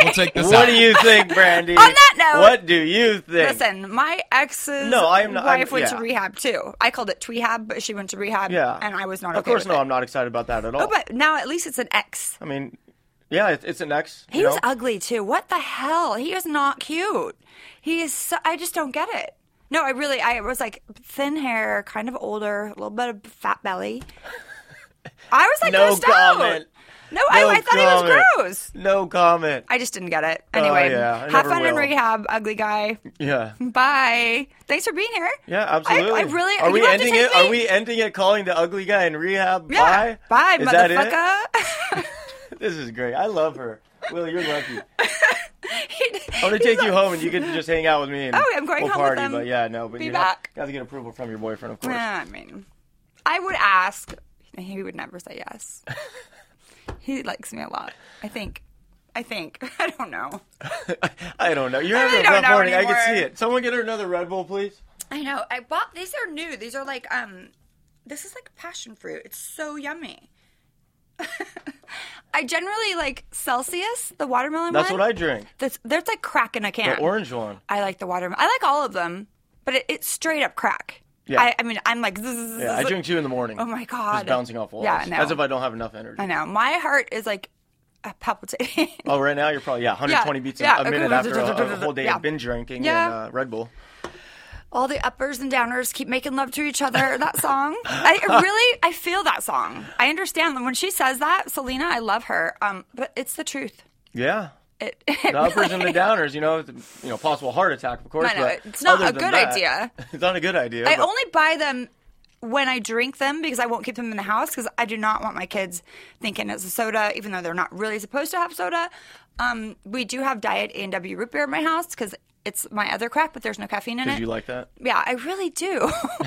Speaker 10: We'll take this
Speaker 9: What
Speaker 10: out.
Speaker 9: do you think, Brandy?
Speaker 5: (laughs) On that note-
Speaker 9: what do you think?
Speaker 5: Listen, my ex's
Speaker 9: No, I am not- I'm-
Speaker 5: wife went to
Speaker 9: yeah.
Speaker 5: rehab too. I called it tweehab, but she went to rehab,
Speaker 9: yeah,
Speaker 5: and I was not.
Speaker 9: Of
Speaker 5: okay
Speaker 9: course,
Speaker 5: with
Speaker 9: no,
Speaker 5: it.
Speaker 9: I'm not excited about that at all.
Speaker 5: Oh, but now at least it's an ex.
Speaker 9: I mean, yeah, it's, it's an ex.
Speaker 5: He
Speaker 9: you
Speaker 5: was
Speaker 9: know?
Speaker 5: ugly too. What the hell? He is not cute. He is. So, I just don't get it. No, I really. I was like thin hair, kind of older, a little bit of fat belly. I was like,
Speaker 9: No
Speaker 5: grossed out.
Speaker 9: comment.
Speaker 5: No, I,
Speaker 9: No
Speaker 5: I thought he
Speaker 9: comment.
Speaker 5: was gross.
Speaker 9: No comment.
Speaker 5: I just didn't get it. Anyway,
Speaker 9: yeah, I
Speaker 5: have
Speaker 9: never
Speaker 5: fun in
Speaker 9: will.
Speaker 5: rehab, ugly guy.
Speaker 9: Yeah.
Speaker 5: Bye. Thanks for being here.
Speaker 9: Yeah,
Speaker 5: (laughs)
Speaker 9: absolutely.
Speaker 5: I, I really.
Speaker 9: Are
Speaker 5: you
Speaker 9: we
Speaker 5: have
Speaker 9: ending
Speaker 5: to
Speaker 9: it?
Speaker 5: take Me.
Speaker 9: Are we ending it? Calling the ugly guy in rehab.
Speaker 5: Yeah.
Speaker 9: Bye. Is that it? (laughs)
Speaker 5: motherfucker.
Speaker 9: This is great. I love her. Will, you're
Speaker 5: (laughs)
Speaker 9: lucky. I'm gonna take you home, and you can just hang out with me. And
Speaker 5: Oh, I'm going
Speaker 9: we'll
Speaker 5: home with
Speaker 9: party,
Speaker 5: them.
Speaker 9: But yeah, no, but
Speaker 5: Be
Speaker 9: you
Speaker 5: back.
Speaker 9: Have, you have to get approval from your boyfriend, of course.
Speaker 5: Yeah, I mean, I would ask. He would never say
Speaker 9: (laughs)
Speaker 5: yes. he likes me a lot. I think. I think. (laughs) I don't know.
Speaker 9: I don't know. You're
Speaker 5: I
Speaker 9: having
Speaker 5: really
Speaker 9: a
Speaker 5: don't
Speaker 9: rough
Speaker 5: know
Speaker 9: morning. I can
Speaker 5: anymore.
Speaker 9: see it. Someone get her another Red Bull, please.
Speaker 5: I know. I bought these are new. These are like um, this is like passion fruit. It's so yummy. (laughs) I generally like Celsius, the watermelon
Speaker 9: That's
Speaker 5: one.
Speaker 9: what I drink.
Speaker 5: That's there's like crack in a can.
Speaker 9: The orange one.
Speaker 5: I like the watermelon. I like all of them, but it, it's straight up crack.
Speaker 9: Yeah.
Speaker 5: I, I mean, I'm like. zzz,
Speaker 9: Yeah, I
Speaker 5: zzz,
Speaker 9: drink two in the morning.
Speaker 5: Oh my god.
Speaker 9: Just bouncing off walls.
Speaker 5: Yeah, I know.
Speaker 9: As if I don't have enough energy.
Speaker 5: I know. My heart is like uh, palpitating. (laughs)
Speaker 9: Oh, right now you're probably yeah 120
Speaker 5: Yeah,
Speaker 9: beats
Speaker 5: yeah,
Speaker 9: a
Speaker 5: okay,
Speaker 9: minute after a, a whole day
Speaker 5: yeah.
Speaker 9: of binge drinking
Speaker 5: Yeah.
Speaker 9: and uh, Red Bull.
Speaker 5: All the uppers and downers keep making love to each other. That song. I
Speaker 9: (laughs)
Speaker 5: I really, I feel that song. I understand when she says that, Selena. I love her. Um, but it's the truth.
Speaker 9: Yeah.
Speaker 5: It, (laughs) it
Speaker 9: The uppers and the
Speaker 5: really-
Speaker 9: downers, you know, it's, you know, possible heart attack, of course.
Speaker 5: I know.
Speaker 9: but
Speaker 5: It's not
Speaker 9: other
Speaker 5: a
Speaker 9: than
Speaker 5: good
Speaker 9: that,
Speaker 5: idea.
Speaker 9: (laughs) It's not a good idea.
Speaker 5: I
Speaker 9: but-
Speaker 5: only buy them when I drink them because I won't keep them in the house because I do not want my kids thinking it's a soda, even though they're not really supposed to have soda. Um, we do have diet A and W root beer in my house because it's my other crack, but there's no caffeine in it.
Speaker 9: (laughs) Did you like that?
Speaker 5: Yeah, I really do. (laughs)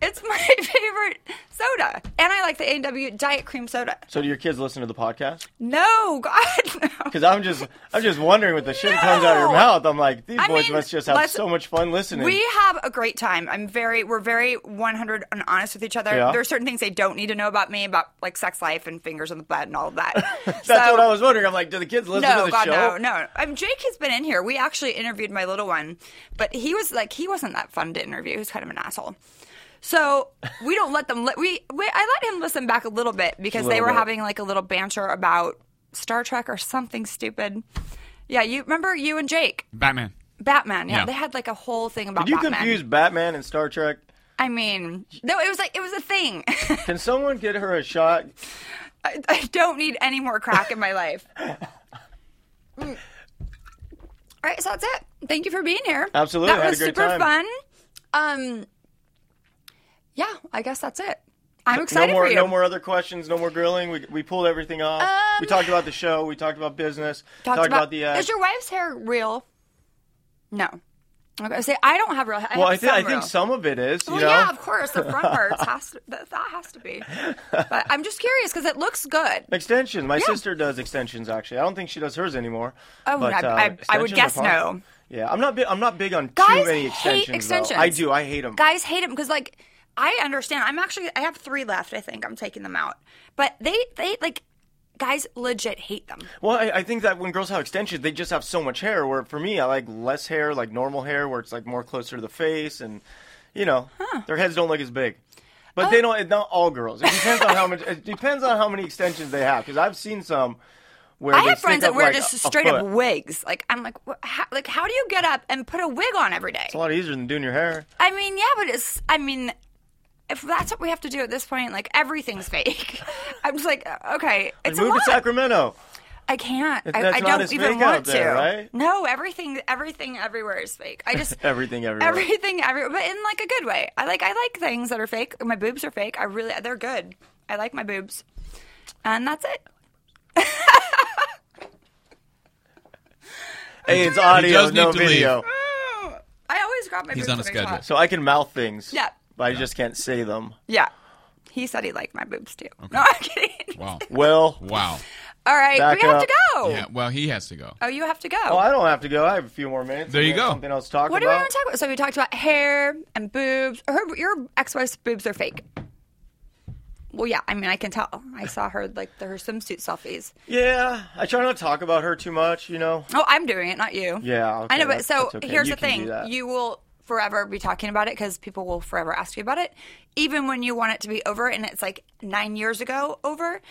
Speaker 5: it's my (laughs) favorite soda. And I like the A&W diet cream soda.
Speaker 9: So do your kids listen to the podcast?
Speaker 5: No, God, (laughs) no.
Speaker 9: Because I'm just, I'm just wondering what the shit that comes out of your
Speaker 5: No!
Speaker 9: mouth. I'm like, these
Speaker 5: I
Speaker 9: boys
Speaker 5: mean,
Speaker 9: must just have
Speaker 5: let's-
Speaker 9: so much fun listening.
Speaker 5: We have a great time. I'm very, we're very 100 and honest with each other.
Speaker 9: Yeah.
Speaker 5: There are certain things they don't need to know about me, about like sex life and fingers on the butt and all of that.
Speaker 9: (laughs) That's what I was wondering. I'm like, do the kids listen
Speaker 5: No,
Speaker 9: to the
Speaker 5: God, no,
Speaker 9: show?
Speaker 5: no. Um, Jake has been in here. We actually interviewed my little one, but he was like, he wasn't that fun to interview. He was kind of an asshole. So we don't let them. Li- we, we I let him listen back a little bit because they
Speaker 9: little
Speaker 5: were
Speaker 9: bit.
Speaker 5: having like a little banter about Star Trek or something stupid. Yeah, you remember you and Jake
Speaker 10: Batman.
Speaker 5: Batman? Yeah,
Speaker 10: Yeah.
Speaker 5: they had like a whole thing about
Speaker 9: Did you
Speaker 5: Batman.
Speaker 9: confuse Batman and Star Trek?
Speaker 5: I mean, no, it was like it was a thing. (laughs)
Speaker 9: Can someone get her a shot?
Speaker 5: I, I don't need any more crack in my
Speaker 9: (laughs)
Speaker 5: life. Mm. All right, so that's it. Thank you for being here.
Speaker 9: Absolutely,
Speaker 5: that
Speaker 9: had a
Speaker 5: was
Speaker 9: great
Speaker 5: super
Speaker 9: time.
Speaker 5: fun. Um, yeah, I guess that's it. I'm excited
Speaker 9: no more,
Speaker 5: for you.
Speaker 9: no more other questions. No more grilling. We, we pulled everything off. we
Speaker 5: Um,
Speaker 9: talked about the show. We talked about business.
Speaker 5: Talked
Speaker 9: talked about, the. Uh,
Speaker 5: is your wife's hair real? No. Okay, say I don't have real. I
Speaker 9: well, I,
Speaker 5: have
Speaker 9: thi- I
Speaker 5: some real.
Speaker 9: think some of it is. You
Speaker 5: Well,
Speaker 9: know,
Speaker 5: yeah, of course, the front parts has to, that, that has to
Speaker 9: (laughs)
Speaker 5: be. But I'm just curious because it looks good.
Speaker 9: extensions. My
Speaker 5: Yeah.
Speaker 9: sister does extensions. Actually, I don't think she does hers anymore.
Speaker 5: Oh,
Speaker 9: but,
Speaker 5: I-
Speaker 9: uh,
Speaker 5: I- I would
Speaker 9: extensions are
Speaker 5: guess
Speaker 9: fun.
Speaker 5: no.
Speaker 9: Yeah, I'm not. Bi- I'm not big on
Speaker 5: Guys
Speaker 9: too many
Speaker 5: hate
Speaker 9: extensions. though.
Speaker 5: extensions.
Speaker 9: I do. I hate them.
Speaker 5: guys hate them because like i understand i'm actually i have three left i think i'm taking them out but they they like guys legit hate them
Speaker 9: Well, I, I think that when girls have extensions, they just have so much hair. Where for me, I like less hair, like normal hair, where it's like more closer to the face, and you know, their heads don't look as big. But they
Speaker 5: Oh.
Speaker 9: don't. Not all girls. It depends on how much. It depends on how many extensions they have. Because I've seen some where
Speaker 5: i
Speaker 9: they
Speaker 5: have
Speaker 9: stick
Speaker 5: friends that
Speaker 9: up,
Speaker 5: wear
Speaker 9: like,
Speaker 5: just
Speaker 9: a- a
Speaker 5: straight up
Speaker 9: foot.
Speaker 5: wigs like i'm like wh- how, like how do you get up and put a wig on every day
Speaker 9: It's a lot easier than doing your hair.
Speaker 5: i mean yeah but it's i mean if that's what we have to (laughs) do at this point like everything's fake i'm just like okay it's a
Speaker 9: Move
Speaker 5: lot
Speaker 9: to Sacramento.
Speaker 5: I can't. I,
Speaker 9: That's
Speaker 5: I
Speaker 9: not
Speaker 5: don't
Speaker 9: as
Speaker 5: even
Speaker 9: fake
Speaker 5: want
Speaker 9: out there,
Speaker 5: to.
Speaker 9: right?
Speaker 5: No, everything, everything, everywhere is fake. I
Speaker 9: (laughs)
Speaker 5: just
Speaker 9: Everything everywhere.
Speaker 5: everything everywhere, but in like a good way. I like I like things that are fake. My boobs are fake. I really they're good. I like my boobs, and that's it.
Speaker 9: Hey, it's audio,
Speaker 10: does
Speaker 9: no
Speaker 10: need to leave.
Speaker 9: video.
Speaker 5: I always grab my
Speaker 10: He's
Speaker 5: boobs.
Speaker 10: on a
Speaker 5: when I
Speaker 10: schedule.
Speaker 5: talk.
Speaker 9: Oh. So I can mouth things.
Speaker 5: Yeah.
Speaker 9: But I just can't say them.
Speaker 5: Yeah, he said he liked my boobs too. No, I'm kidding.
Speaker 10: Wow.
Speaker 9: Well,
Speaker 10: Wow.
Speaker 5: All right,
Speaker 9: Back
Speaker 5: we have
Speaker 9: up.
Speaker 5: to go.
Speaker 10: Yeah. Well, he has to go.
Speaker 5: Oh, you have to go.
Speaker 9: oh, I don't have to go. I have a few more minutes.
Speaker 10: There
Speaker 9: We
Speaker 10: you
Speaker 9: have
Speaker 10: go.
Speaker 9: Something else to talk
Speaker 5: what do we
Speaker 9: about.
Speaker 5: want to talk about? So we talked about hair and boobs. Her, your ex-wife's boobs are fake. Well, yeah. I mean, I can tell. I saw her like the, her swimsuit selfies.
Speaker 9: yeah, I try not to talk about her too much. You know.
Speaker 5: Oh, I'm doing it, not you.
Speaker 9: Yeah,
Speaker 5: I know,
Speaker 9: okay,
Speaker 5: but
Speaker 9: that's-
Speaker 5: so
Speaker 9: that's okay.
Speaker 5: here's
Speaker 9: You
Speaker 5: the
Speaker 9: can do
Speaker 5: thing:
Speaker 9: that.
Speaker 5: you will forever be talking about it because people will forever ask you about it, even when you want it to be over, and it's like nine years ago over.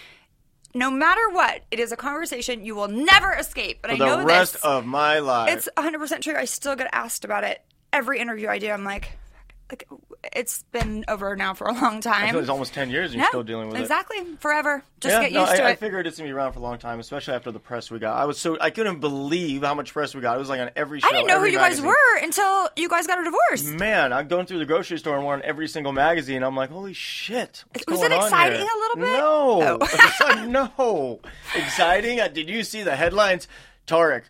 Speaker 5: No matter what, it is a conversation you will never escape. And
Speaker 9: For
Speaker 5: I
Speaker 9: the
Speaker 5: know
Speaker 9: rest
Speaker 5: this.
Speaker 9: of my life.
Speaker 5: it's 100 percent true. I still get asked about it every interview I do. I'm like, like it's been over now for a long time.
Speaker 9: I feel it's almost ten years and
Speaker 5: No,
Speaker 9: you're still dealing with it.
Speaker 5: exactly forever. Just
Speaker 9: yeah,
Speaker 5: get
Speaker 9: no,
Speaker 5: used
Speaker 9: I,
Speaker 5: to
Speaker 9: I
Speaker 5: it.
Speaker 9: figured it's gonna be around for a long time, especially after the press we got. I was so I couldn't believe how much press we got. It was like on every show.
Speaker 5: I didn't know who
Speaker 9: every
Speaker 5: you
Speaker 9: magazine.
Speaker 5: guys were until you guys got a divorce.
Speaker 9: Man, I'm going through the grocery store and we're on every single magazine. I'm like, holy shit. what's
Speaker 5: Was
Speaker 9: going
Speaker 5: it
Speaker 9: on
Speaker 5: exciting
Speaker 9: here?
Speaker 5: a little bit? Oh.
Speaker 9: (laughs) No. no. Exciting? Uh, Did you see the headlines? Tarek.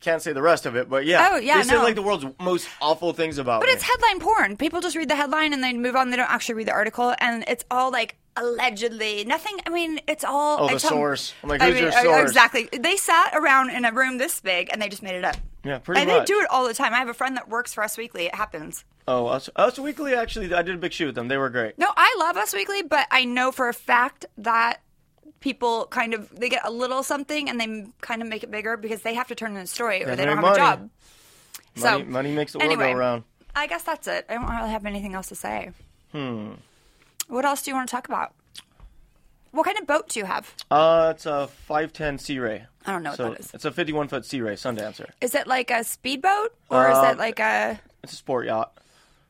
Speaker 9: Can't say the rest of it, but yeah.
Speaker 5: Oh, yeah,
Speaker 9: They said
Speaker 5: no.
Speaker 9: like the world's most awful things about
Speaker 5: But
Speaker 9: me.
Speaker 5: it's headline porn. People just read the headline and they move on. They don't actually read the article, and it's all like allegedly nothing. I mean, it's all.
Speaker 9: Oh,
Speaker 5: I
Speaker 9: the
Speaker 5: tell-
Speaker 9: source. I'm like,
Speaker 5: I
Speaker 9: who's
Speaker 5: mean,
Speaker 9: your
Speaker 5: I-
Speaker 9: source?
Speaker 5: Exactly. They sat around in a room this big and they just made it up.
Speaker 9: Yeah, pretty
Speaker 5: and
Speaker 9: much.
Speaker 5: they do it all the time. I have a friend that works for Us Weekly. It happens.
Speaker 9: Oh, Us, Us Weekly, actually, I did a big shoot with them. They were great.
Speaker 5: No, I love Us Weekly, but I know for a fact that people kind of they get a little something and they kind of make it bigger because they have to turn in a story or
Speaker 9: They
Speaker 5: they don't have a
Speaker 9: made money.
Speaker 5: job.
Speaker 9: Money, money makes the world
Speaker 5: anyway,
Speaker 9: go around.
Speaker 5: I guess that's it. I don't really have anything else to say. Hmm. What else do you want to talk about? What kind of boat do you have?
Speaker 9: Uh, it's a 5'10 Sea Ray.
Speaker 5: I don't know what
Speaker 9: so
Speaker 5: that is.
Speaker 9: It's a 51 foot Sea Ray, Sundancer.
Speaker 5: Is it like a speedboat or is
Speaker 9: Uh,
Speaker 5: it like a
Speaker 9: It's a sport yacht.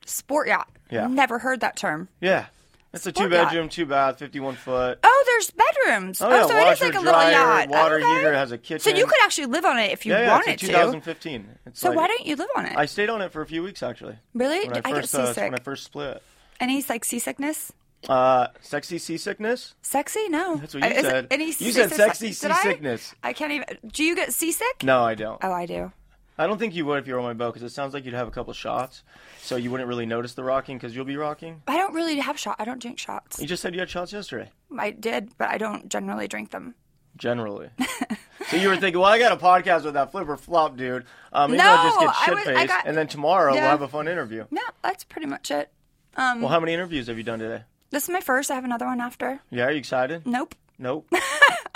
Speaker 5: sport yacht?
Speaker 9: yeah.
Speaker 5: Never heard that term.
Speaker 9: Yeah. It's a two
Speaker 5: Sport yacht.
Speaker 9: bedroom, two bath, 51 foot.
Speaker 5: Oh, there's bedrooms.
Speaker 9: Oh, yeah,
Speaker 5: so it is
Speaker 9: washer,
Speaker 5: like a little
Speaker 9: dryer,
Speaker 5: yacht.
Speaker 9: water
Speaker 5: Okay.
Speaker 9: heater, has a
Speaker 5: So you
Speaker 9: kitchen.
Speaker 5: could actually live on it if you
Speaker 9: Yeah, yeah,
Speaker 5: wanted
Speaker 9: it's a
Speaker 5: to.
Speaker 9: 2015. It's
Speaker 5: So
Speaker 9: like-
Speaker 5: why don't you live on it?
Speaker 9: I stayed on it for a few weeks actually.
Speaker 5: Really?
Speaker 9: When I,
Speaker 5: I get
Speaker 9: first, uh,
Speaker 5: seasick.
Speaker 9: when I first split.
Speaker 5: Any like seasickness?
Speaker 9: Uh, sexy seasickness?
Speaker 5: Sexy? No.
Speaker 9: That's what you
Speaker 5: Uh, is it
Speaker 9: said.
Speaker 5: Any
Speaker 9: You said
Speaker 5: seasick-
Speaker 9: sexy
Speaker 5: Did I?
Speaker 9: seasickness. Mm.
Speaker 5: I can't even. Do you get seasick?
Speaker 9: No, I don't.
Speaker 5: Oh, I do.
Speaker 9: I don't think you would if you were on my boat because it sounds like you'd have a couple shots, so you wouldn't really notice the rocking because you'll be rocking.
Speaker 5: I don't really have shot. I don't drink shots.
Speaker 9: You just said you had shots yesterday.
Speaker 5: I did, but I don't generally drink them. (laughs)
Speaker 9: Generally. so you were thinking, well, I got a podcast with that flipper flop dude. Um, maybe I'll just
Speaker 5: No,
Speaker 9: get
Speaker 5: I
Speaker 9: shit
Speaker 5: was- I
Speaker 9: faced,
Speaker 5: got-
Speaker 9: and then tomorrow
Speaker 5: Yeah.
Speaker 9: we'll have a fun interview.
Speaker 5: No, that's pretty much it. Um,
Speaker 9: Well, how many interviews have you done today?
Speaker 5: This is my first. I have another one after.
Speaker 9: Yeah, are you excited?
Speaker 5: Nope.
Speaker 9: Nope.
Speaker 5: (laughs)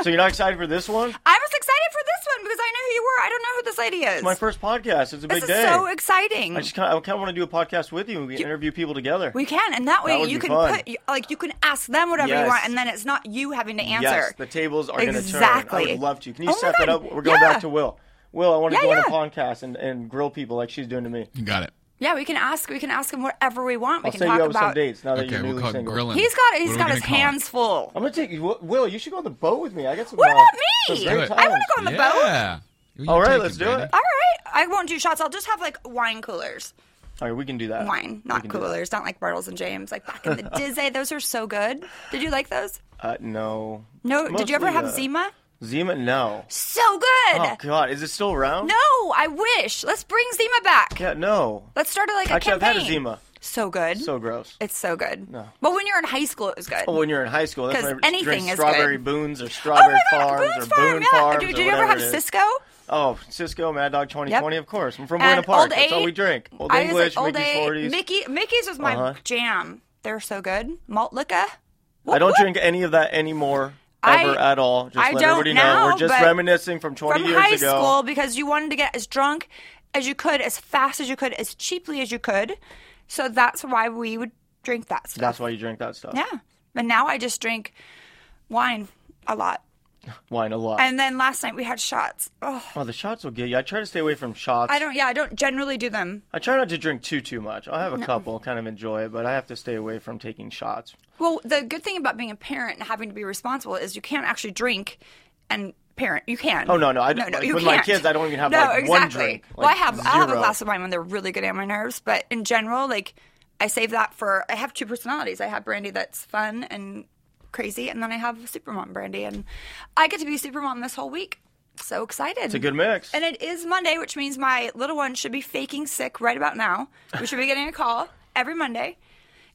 Speaker 9: so you're not excited for this one?
Speaker 5: I was excited for this one because I knew who you were. I don't know who this lady is.
Speaker 9: My first podcast. It's a
Speaker 5: this
Speaker 9: big
Speaker 5: is
Speaker 9: day.
Speaker 5: so exciting.
Speaker 9: I just kind of, I kind of want to do a podcast with you. We interview people together.
Speaker 5: we can, and that way
Speaker 9: would
Speaker 5: you
Speaker 9: be
Speaker 5: can
Speaker 9: fun.
Speaker 5: put like you can ask them whatever
Speaker 9: Yes.
Speaker 5: you want, and then it's not you having to answer.
Speaker 9: Yes, the tables are going to turn. I
Speaker 5: Exactly.
Speaker 9: would love to. Can you
Speaker 5: Oh my
Speaker 9: set that up?
Speaker 5: God.
Speaker 9: We're going
Speaker 5: Yeah.
Speaker 9: back to Will. Will, I want to
Speaker 5: Yeah,
Speaker 9: go
Speaker 5: yeah.
Speaker 9: on a podcast and, and grill people like she's doing to me.
Speaker 10: You got it.
Speaker 5: Yeah, we can ask. We can ask him whatever we want. We
Speaker 9: I'll
Speaker 5: can
Speaker 9: set
Speaker 5: talk
Speaker 9: you up with some
Speaker 5: about.
Speaker 9: dates now that
Speaker 10: Okay,
Speaker 9: you're
Speaker 10: we'll
Speaker 9: newly
Speaker 10: call it
Speaker 9: single.
Speaker 10: grilling.
Speaker 5: He's got.
Speaker 10: What
Speaker 5: He's
Speaker 10: are we
Speaker 5: got
Speaker 10: gonna
Speaker 5: his
Speaker 10: call it?
Speaker 5: hands full.
Speaker 9: I'm going to take you. Will- Will, you should go on the boat with me. I got some.
Speaker 5: What
Speaker 9: uh,
Speaker 5: about me?
Speaker 9: some great
Speaker 5: I want
Speaker 9: times.
Speaker 5: to go on the boat.
Speaker 10: yeah. Who you
Speaker 9: All right,
Speaker 10: taking,
Speaker 9: let's do
Speaker 10: Brandon?
Speaker 9: it.
Speaker 5: All right, I won't do shots. I'll just have like wine coolers.
Speaker 9: All right, we can do that.
Speaker 5: Wine,
Speaker 9: We
Speaker 5: not
Speaker 9: can do
Speaker 5: coolers. Not like Bartles and James. Like back
Speaker 9: (laughs)
Speaker 5: in the Dizzy, those are so good. Did you like those?
Speaker 9: that. Uh, no.
Speaker 5: No. did you ever
Speaker 9: Mostly,
Speaker 5: have
Speaker 9: uh,
Speaker 5: Zima?
Speaker 9: Zima? No.
Speaker 5: So good.
Speaker 9: Oh, God. Is it still around?
Speaker 5: No, I wish. Let's bring Zima back.
Speaker 9: Yeah, no.
Speaker 5: Let's start a, like a
Speaker 9: Actually, I've
Speaker 5: campaign.
Speaker 9: had a Zima.
Speaker 5: So good.
Speaker 9: So gross.
Speaker 5: it's so good. No. Well, when you're in high school, it was good.
Speaker 9: Well, when you're in high school, that's
Speaker 5: 'Cause
Speaker 9: when everybody
Speaker 5: anything
Speaker 9: drinks
Speaker 5: is
Speaker 9: strawberry
Speaker 5: good.
Speaker 9: boons or
Speaker 5: oh
Speaker 9: strawberry
Speaker 5: my God,
Speaker 9: farms
Speaker 5: Boone's
Speaker 9: or
Speaker 5: Farm.
Speaker 9: boon
Speaker 5: yeah.
Speaker 9: farms.
Speaker 5: did
Speaker 9: or
Speaker 5: did you ever have
Speaker 9: whatever it is.
Speaker 5: Cisco?
Speaker 9: Oh, Cisco, Mad Dog 2020,
Speaker 5: Yep.
Speaker 9: of course. I'm from
Speaker 5: And
Speaker 9: Buena Park.
Speaker 5: Old
Speaker 9: That's all
Speaker 5: Eight-
Speaker 9: we drink. Old
Speaker 5: I was like,
Speaker 9: English,
Speaker 5: old
Speaker 9: Mickey's
Speaker 5: Eight-
Speaker 9: 40s.
Speaker 5: Mickey, Mickey's was my
Speaker 9: Uh-huh.
Speaker 5: jam. They're so good. Malt liquor.
Speaker 9: I don't
Speaker 5: Whoop,
Speaker 9: drink any of that anymore, ever
Speaker 5: I-
Speaker 9: at all. Just
Speaker 5: I
Speaker 9: let
Speaker 5: don't
Speaker 9: everybody know.
Speaker 5: now,
Speaker 9: We're just
Speaker 5: but
Speaker 9: reminiscing from 20
Speaker 5: from
Speaker 9: years
Speaker 5: high
Speaker 9: ago.
Speaker 5: school because you wanted to get as drunk as you could, as fast as you could, as cheaply as you could. So that's why we would drink that stuff.
Speaker 9: That's why you drink that stuff.
Speaker 5: yeah. But now I just drink wine a lot.
Speaker 9: Wine a lot.
Speaker 5: And then last night we had shots. Oh,
Speaker 9: oh, the shots will get you. I try to stay away from shots.
Speaker 5: I don't. Yeah, I don't generally do them.
Speaker 9: I try not to drink too, too much. I'll have a couple, kind of enjoy it, but I have to stay away from taking shots.
Speaker 5: Well, the good thing about being a parent and having to be responsible is you can't actually drink and parent. You can.
Speaker 9: Oh, no, no, I-
Speaker 5: no, no.
Speaker 9: like,
Speaker 5: you
Speaker 9: with my
Speaker 5: can't.
Speaker 9: kids, I don't even have,
Speaker 5: no,
Speaker 9: like,
Speaker 5: exactly.
Speaker 9: one drink,
Speaker 5: well, I
Speaker 9: like,
Speaker 5: have. I'll have a
Speaker 9: zero.
Speaker 5: glass of wine when they're really good at my nerves. But in general, like, I save that for. I have two personalities. I have Brandy that's fun and crazy, and then I have Supermom Brandy, and I get to be Supermom this whole week. So excited! It's
Speaker 9: a good mix.
Speaker 5: And it is Monday, which means my little one should be faking sick right about now. We should be getting a call every Monday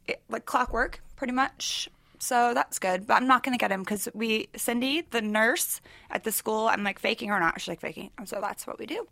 Speaker 5: it, like clockwork, pretty much. So that's good. But I'm not going to get him because we, Cindy, the nurse at the school, I'm like faking or not. She's like faking. And so that's what we do.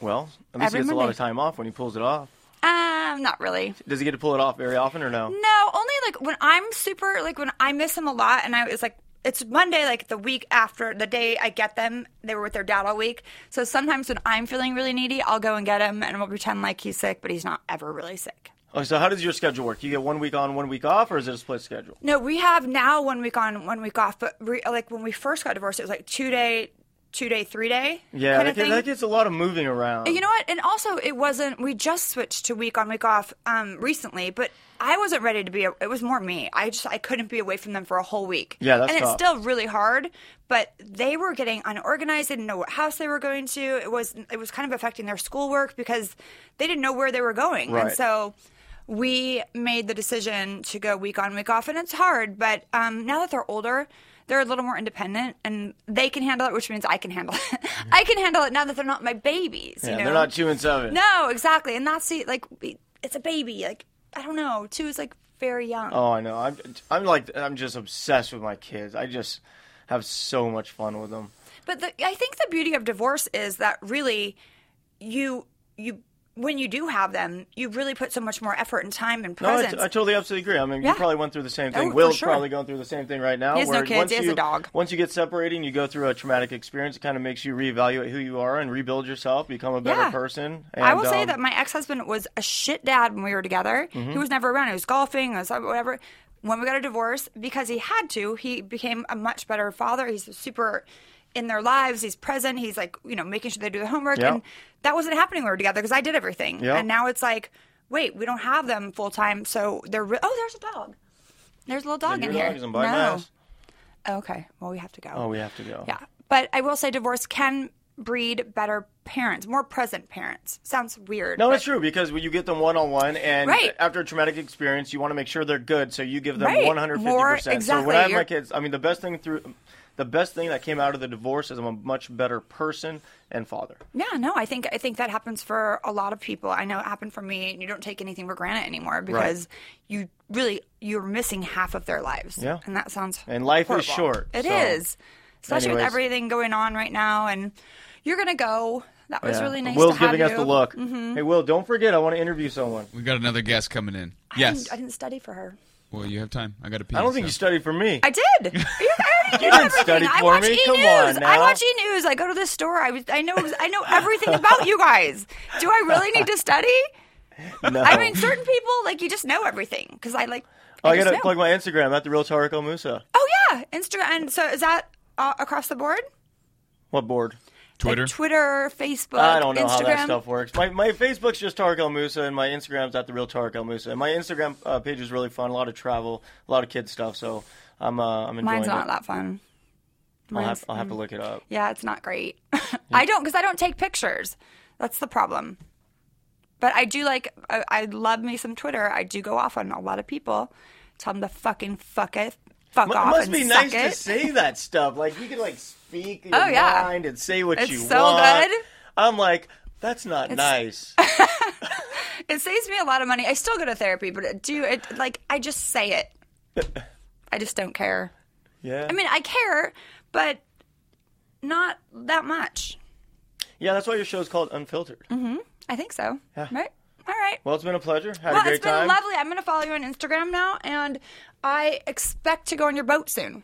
Speaker 9: Well, at least
Speaker 5: Every
Speaker 9: he gets a lot
Speaker 5: Monday.
Speaker 9: of time off when he pulls it off.
Speaker 5: Um, not really.
Speaker 9: Does he get to pull it off very often or no?
Speaker 5: No, only like when I'm super, like when I miss him a lot and I was like, it's Monday, like the week after the day I get them. They were with their dad all week. So sometimes when I'm feeling really needy, I'll go and get him and we'll pretend like he's sick, but he's not ever really sick.
Speaker 9: Oh, so how does your schedule work? You get one week on, one week off, or is it a split schedule?
Speaker 5: No, we have now one week on, one week off. But re- like when we first got divorced, it was like two day, two day, three day.
Speaker 9: Yeah,
Speaker 5: kind
Speaker 9: that,
Speaker 5: of
Speaker 9: get-
Speaker 5: thing.
Speaker 9: that gets a lot of moving around.
Speaker 5: you know what? And also, it wasn't. We just switched to week on, week off um, recently, but I wasn't ready to be. It was more me. I just I couldn't be away from them for a whole week.
Speaker 9: Yeah, that's
Speaker 5: and it's
Speaker 9: tough.
Speaker 5: still really hard. But they were getting unorganized. They didn't know what house they were going to. It was it was kind of affecting their schoolwork because they didn't know where they were going, and
Speaker 9: Right.
Speaker 5: so. We made the decision to go week on, week off, and it's hard. But um, now that they're older, they're a little more independent, and they can handle it, which means I can handle it. (laughs) I can handle it now that they're not my babies.
Speaker 9: yeah,
Speaker 5: you know?
Speaker 9: they're not two and seven.
Speaker 5: No, exactly. And that's the, like, it's a baby. Like, I don't know. Two is like very young.
Speaker 9: Oh, I know. I'm, I'm like, I'm just obsessed with my kids. I just have so much fun with them.
Speaker 5: But the, I think the beauty of divorce is that really you, you, when you do have them, you really put so much more effort and time and
Speaker 9: No, I,
Speaker 5: presence.
Speaker 9: I totally absolutely agree. I mean,
Speaker 5: Yeah.
Speaker 9: you probably went through the same
Speaker 5: Oh,
Speaker 9: thing.
Speaker 5: for
Speaker 9: Will's
Speaker 5: sure.
Speaker 9: probably going through the same thing right now.
Speaker 5: He has no
Speaker 9: where
Speaker 5: kids.
Speaker 9: Once
Speaker 5: He has a
Speaker 9: you,
Speaker 5: dog.
Speaker 9: Once you get separated and you go through a traumatic experience, it kind of makes you reevaluate who you are and rebuild yourself, become a better
Speaker 5: Yeah.
Speaker 9: person. And,
Speaker 5: I will say
Speaker 9: um, Mm-hmm.
Speaker 5: that my ex husband was a shit dad when we were together. He was never around. He was golfing, he was whatever. When we got a divorce, because he had to, he became a much better father. He's super in their lives. He's present. He's like, you know, making sure they do the homework.
Speaker 9: Yeah.
Speaker 5: And that wasn't happening when we were together because I did everything.
Speaker 9: Yeah.
Speaker 5: And now it's like, wait, we don't have them full time. So they're, re- oh, there's a dog. There's a little dog
Speaker 9: your
Speaker 5: in here.
Speaker 9: dog isn't by
Speaker 5: no.
Speaker 9: my ass.
Speaker 5: Okay. Well, we have to go.
Speaker 9: Oh, we have to go.
Speaker 5: Yeah. But I will say divorce can breed better parents, more present parents. Sounds weird.
Speaker 9: No,
Speaker 5: but-
Speaker 9: it's true because when you get them one on one, and
Speaker 5: Right.
Speaker 9: after a traumatic experience, you want to make sure they're good, so you give them
Speaker 5: Right.
Speaker 9: one hundred fifty
Speaker 5: More-
Speaker 9: percent. So
Speaker 5: exactly.
Speaker 9: when I have
Speaker 5: You're-
Speaker 9: my kids, I mean, the best thing through, the best thing that came out of the divorce is I'm a much better person and father.
Speaker 5: Yeah, no, I think I think that happens for a lot of people. I know it happened for me. and You don't take anything for granted anymore because you really you're missing half of their lives.
Speaker 9: Yeah.
Speaker 5: and that sounds
Speaker 9: And life is
Speaker 5: horrible.
Speaker 9: short,
Speaker 5: It is,
Speaker 9: so-
Speaker 5: especially with
Speaker 9: Anyways.
Speaker 5: everything going on right now. And you're gonna go. That was
Speaker 9: Yeah.
Speaker 5: really nice.
Speaker 9: Will's
Speaker 5: to have
Speaker 9: giving us
Speaker 5: you. Mm-hmm.
Speaker 9: the look. Hey, Will, don't forget, I want to interview someone.
Speaker 10: We got another guest coming in.
Speaker 5: I
Speaker 10: Yes.
Speaker 5: didn't, I didn't study for her.
Speaker 10: Well, you have time. I got to pee.
Speaker 9: I don't think you
Speaker 10: so-
Speaker 9: studied for me.
Speaker 5: I did. You, I already knew
Speaker 9: didn't
Speaker 5: everything.
Speaker 9: study
Speaker 5: I
Speaker 9: for
Speaker 5: watch
Speaker 9: me.
Speaker 5: E
Speaker 9: Come
Speaker 5: News.
Speaker 9: on
Speaker 5: I
Speaker 9: now.
Speaker 5: watch E News. I go to the store. I was. I know. I know everything about you guys. Do I really need to study?
Speaker 9: (laughs) No.
Speaker 5: I
Speaker 9: (laughs)
Speaker 5: mean, certain people like you just know everything because I like.
Speaker 9: Oh,
Speaker 5: I,
Speaker 9: I
Speaker 5: just
Speaker 9: gotta
Speaker 5: know.
Speaker 9: plug my Instagram at the real Tariq El Musa.
Speaker 5: Oh yeah, Instagram. And so is that uh, across the board?
Speaker 9: What board?
Speaker 10: Twitter.
Speaker 5: Like Twitter, Facebook.
Speaker 9: I don't know
Speaker 5: Instagram.
Speaker 9: how that stuff works. My, my Facebook's just Tariq El Musa, and my Instagram's at the real Tariq El Musa. And my Instagram uh, page is really fun. A lot of travel, a lot of kid stuff. So I'm uh, I'm enjoying
Speaker 5: Mine's
Speaker 9: it.
Speaker 5: not that fun.
Speaker 9: I'll,
Speaker 5: Mine's- mm,
Speaker 9: have, I'll have to look it up.
Speaker 5: Yeah, it's not great. (laughs) I don't because I don't take pictures. That's the problem. But I do like. I, I love me some Twitter. I do go off on a lot of people. Tell them to fucking fuck it, fuck
Speaker 9: It
Speaker 5: off,
Speaker 9: must
Speaker 5: and
Speaker 9: be
Speaker 5: suck
Speaker 9: nice
Speaker 5: it.
Speaker 9: to say that stuff. Like you can like speak your
Speaker 5: Oh, yeah.
Speaker 9: mind and say what
Speaker 5: It's
Speaker 9: you
Speaker 5: so
Speaker 9: want.
Speaker 5: good.
Speaker 9: I'm like, that's
Speaker 5: (laughs)
Speaker 9: not nice.
Speaker 5: It saves me a lot of money. I still go to therapy, but it do it like I just say it.
Speaker 9: (laughs)
Speaker 5: I just don't care.
Speaker 9: yeah.
Speaker 5: I mean, I care, but not that much.
Speaker 9: yeah, that's why your show's called Unfiltered.
Speaker 5: Mm-hmm. I think so. Right? All right.
Speaker 9: Well, it's been a pleasure. Had
Speaker 5: Well,
Speaker 9: a great
Speaker 5: it's been
Speaker 9: time.
Speaker 5: lovely. I'm going to follow you on Instagram now, and I expect to go on your boat soon.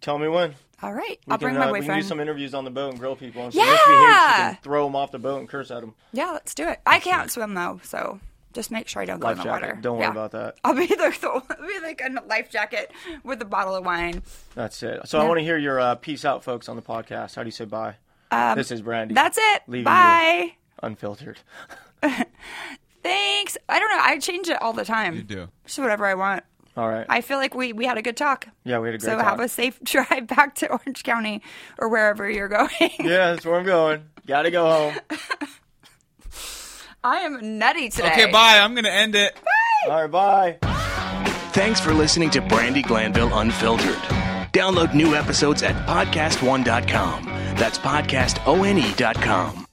Speaker 9: Tell me when.
Speaker 5: All right.
Speaker 9: We
Speaker 5: I'll
Speaker 9: can,
Speaker 5: bring
Speaker 9: uh,
Speaker 5: my
Speaker 9: We can do
Speaker 5: boyfriend.
Speaker 9: some interviews on the boat and grill people. And some misbehaves,
Speaker 5: Yeah!
Speaker 9: you can throw them off the boat and curse at them.
Speaker 5: yeah, let's do it. I can't swim, though, so just make sure I don't go in
Speaker 9: Life
Speaker 5: the
Speaker 9: jacket.
Speaker 5: water.
Speaker 9: Don't worry
Speaker 5: Yeah.
Speaker 9: about that.
Speaker 5: I'll (laughs) be there. I'll be like in a life jacket with a bottle of wine.
Speaker 9: That's it. So I want to hear your uh, peace out, folks, on the podcast. How do you say bye? this is Brandy.
Speaker 5: Um, That's it.
Speaker 9: Leaving you.
Speaker 5: Bye.
Speaker 9: Unfiltered.
Speaker 5: Thanks. I don't know. I change it all the time.
Speaker 10: You do.
Speaker 5: Just whatever I want.
Speaker 9: All right.
Speaker 5: I feel like we, we had a good talk.
Speaker 9: Yeah, we had a great
Speaker 5: so
Speaker 9: talk.
Speaker 5: have a safe (laughs) drive back to Orange County or wherever you're going. (laughs)
Speaker 9: yeah, that's where I'm going. Gotta go home.
Speaker 5: I am nutty today.
Speaker 10: Okay, bye. I'm gonna end it.
Speaker 9: All right, bye.
Speaker 3: Thanks for listening to Brandy Glanville Unfiltered. E Download new episodes at podcastone.com. That's podcastone.com.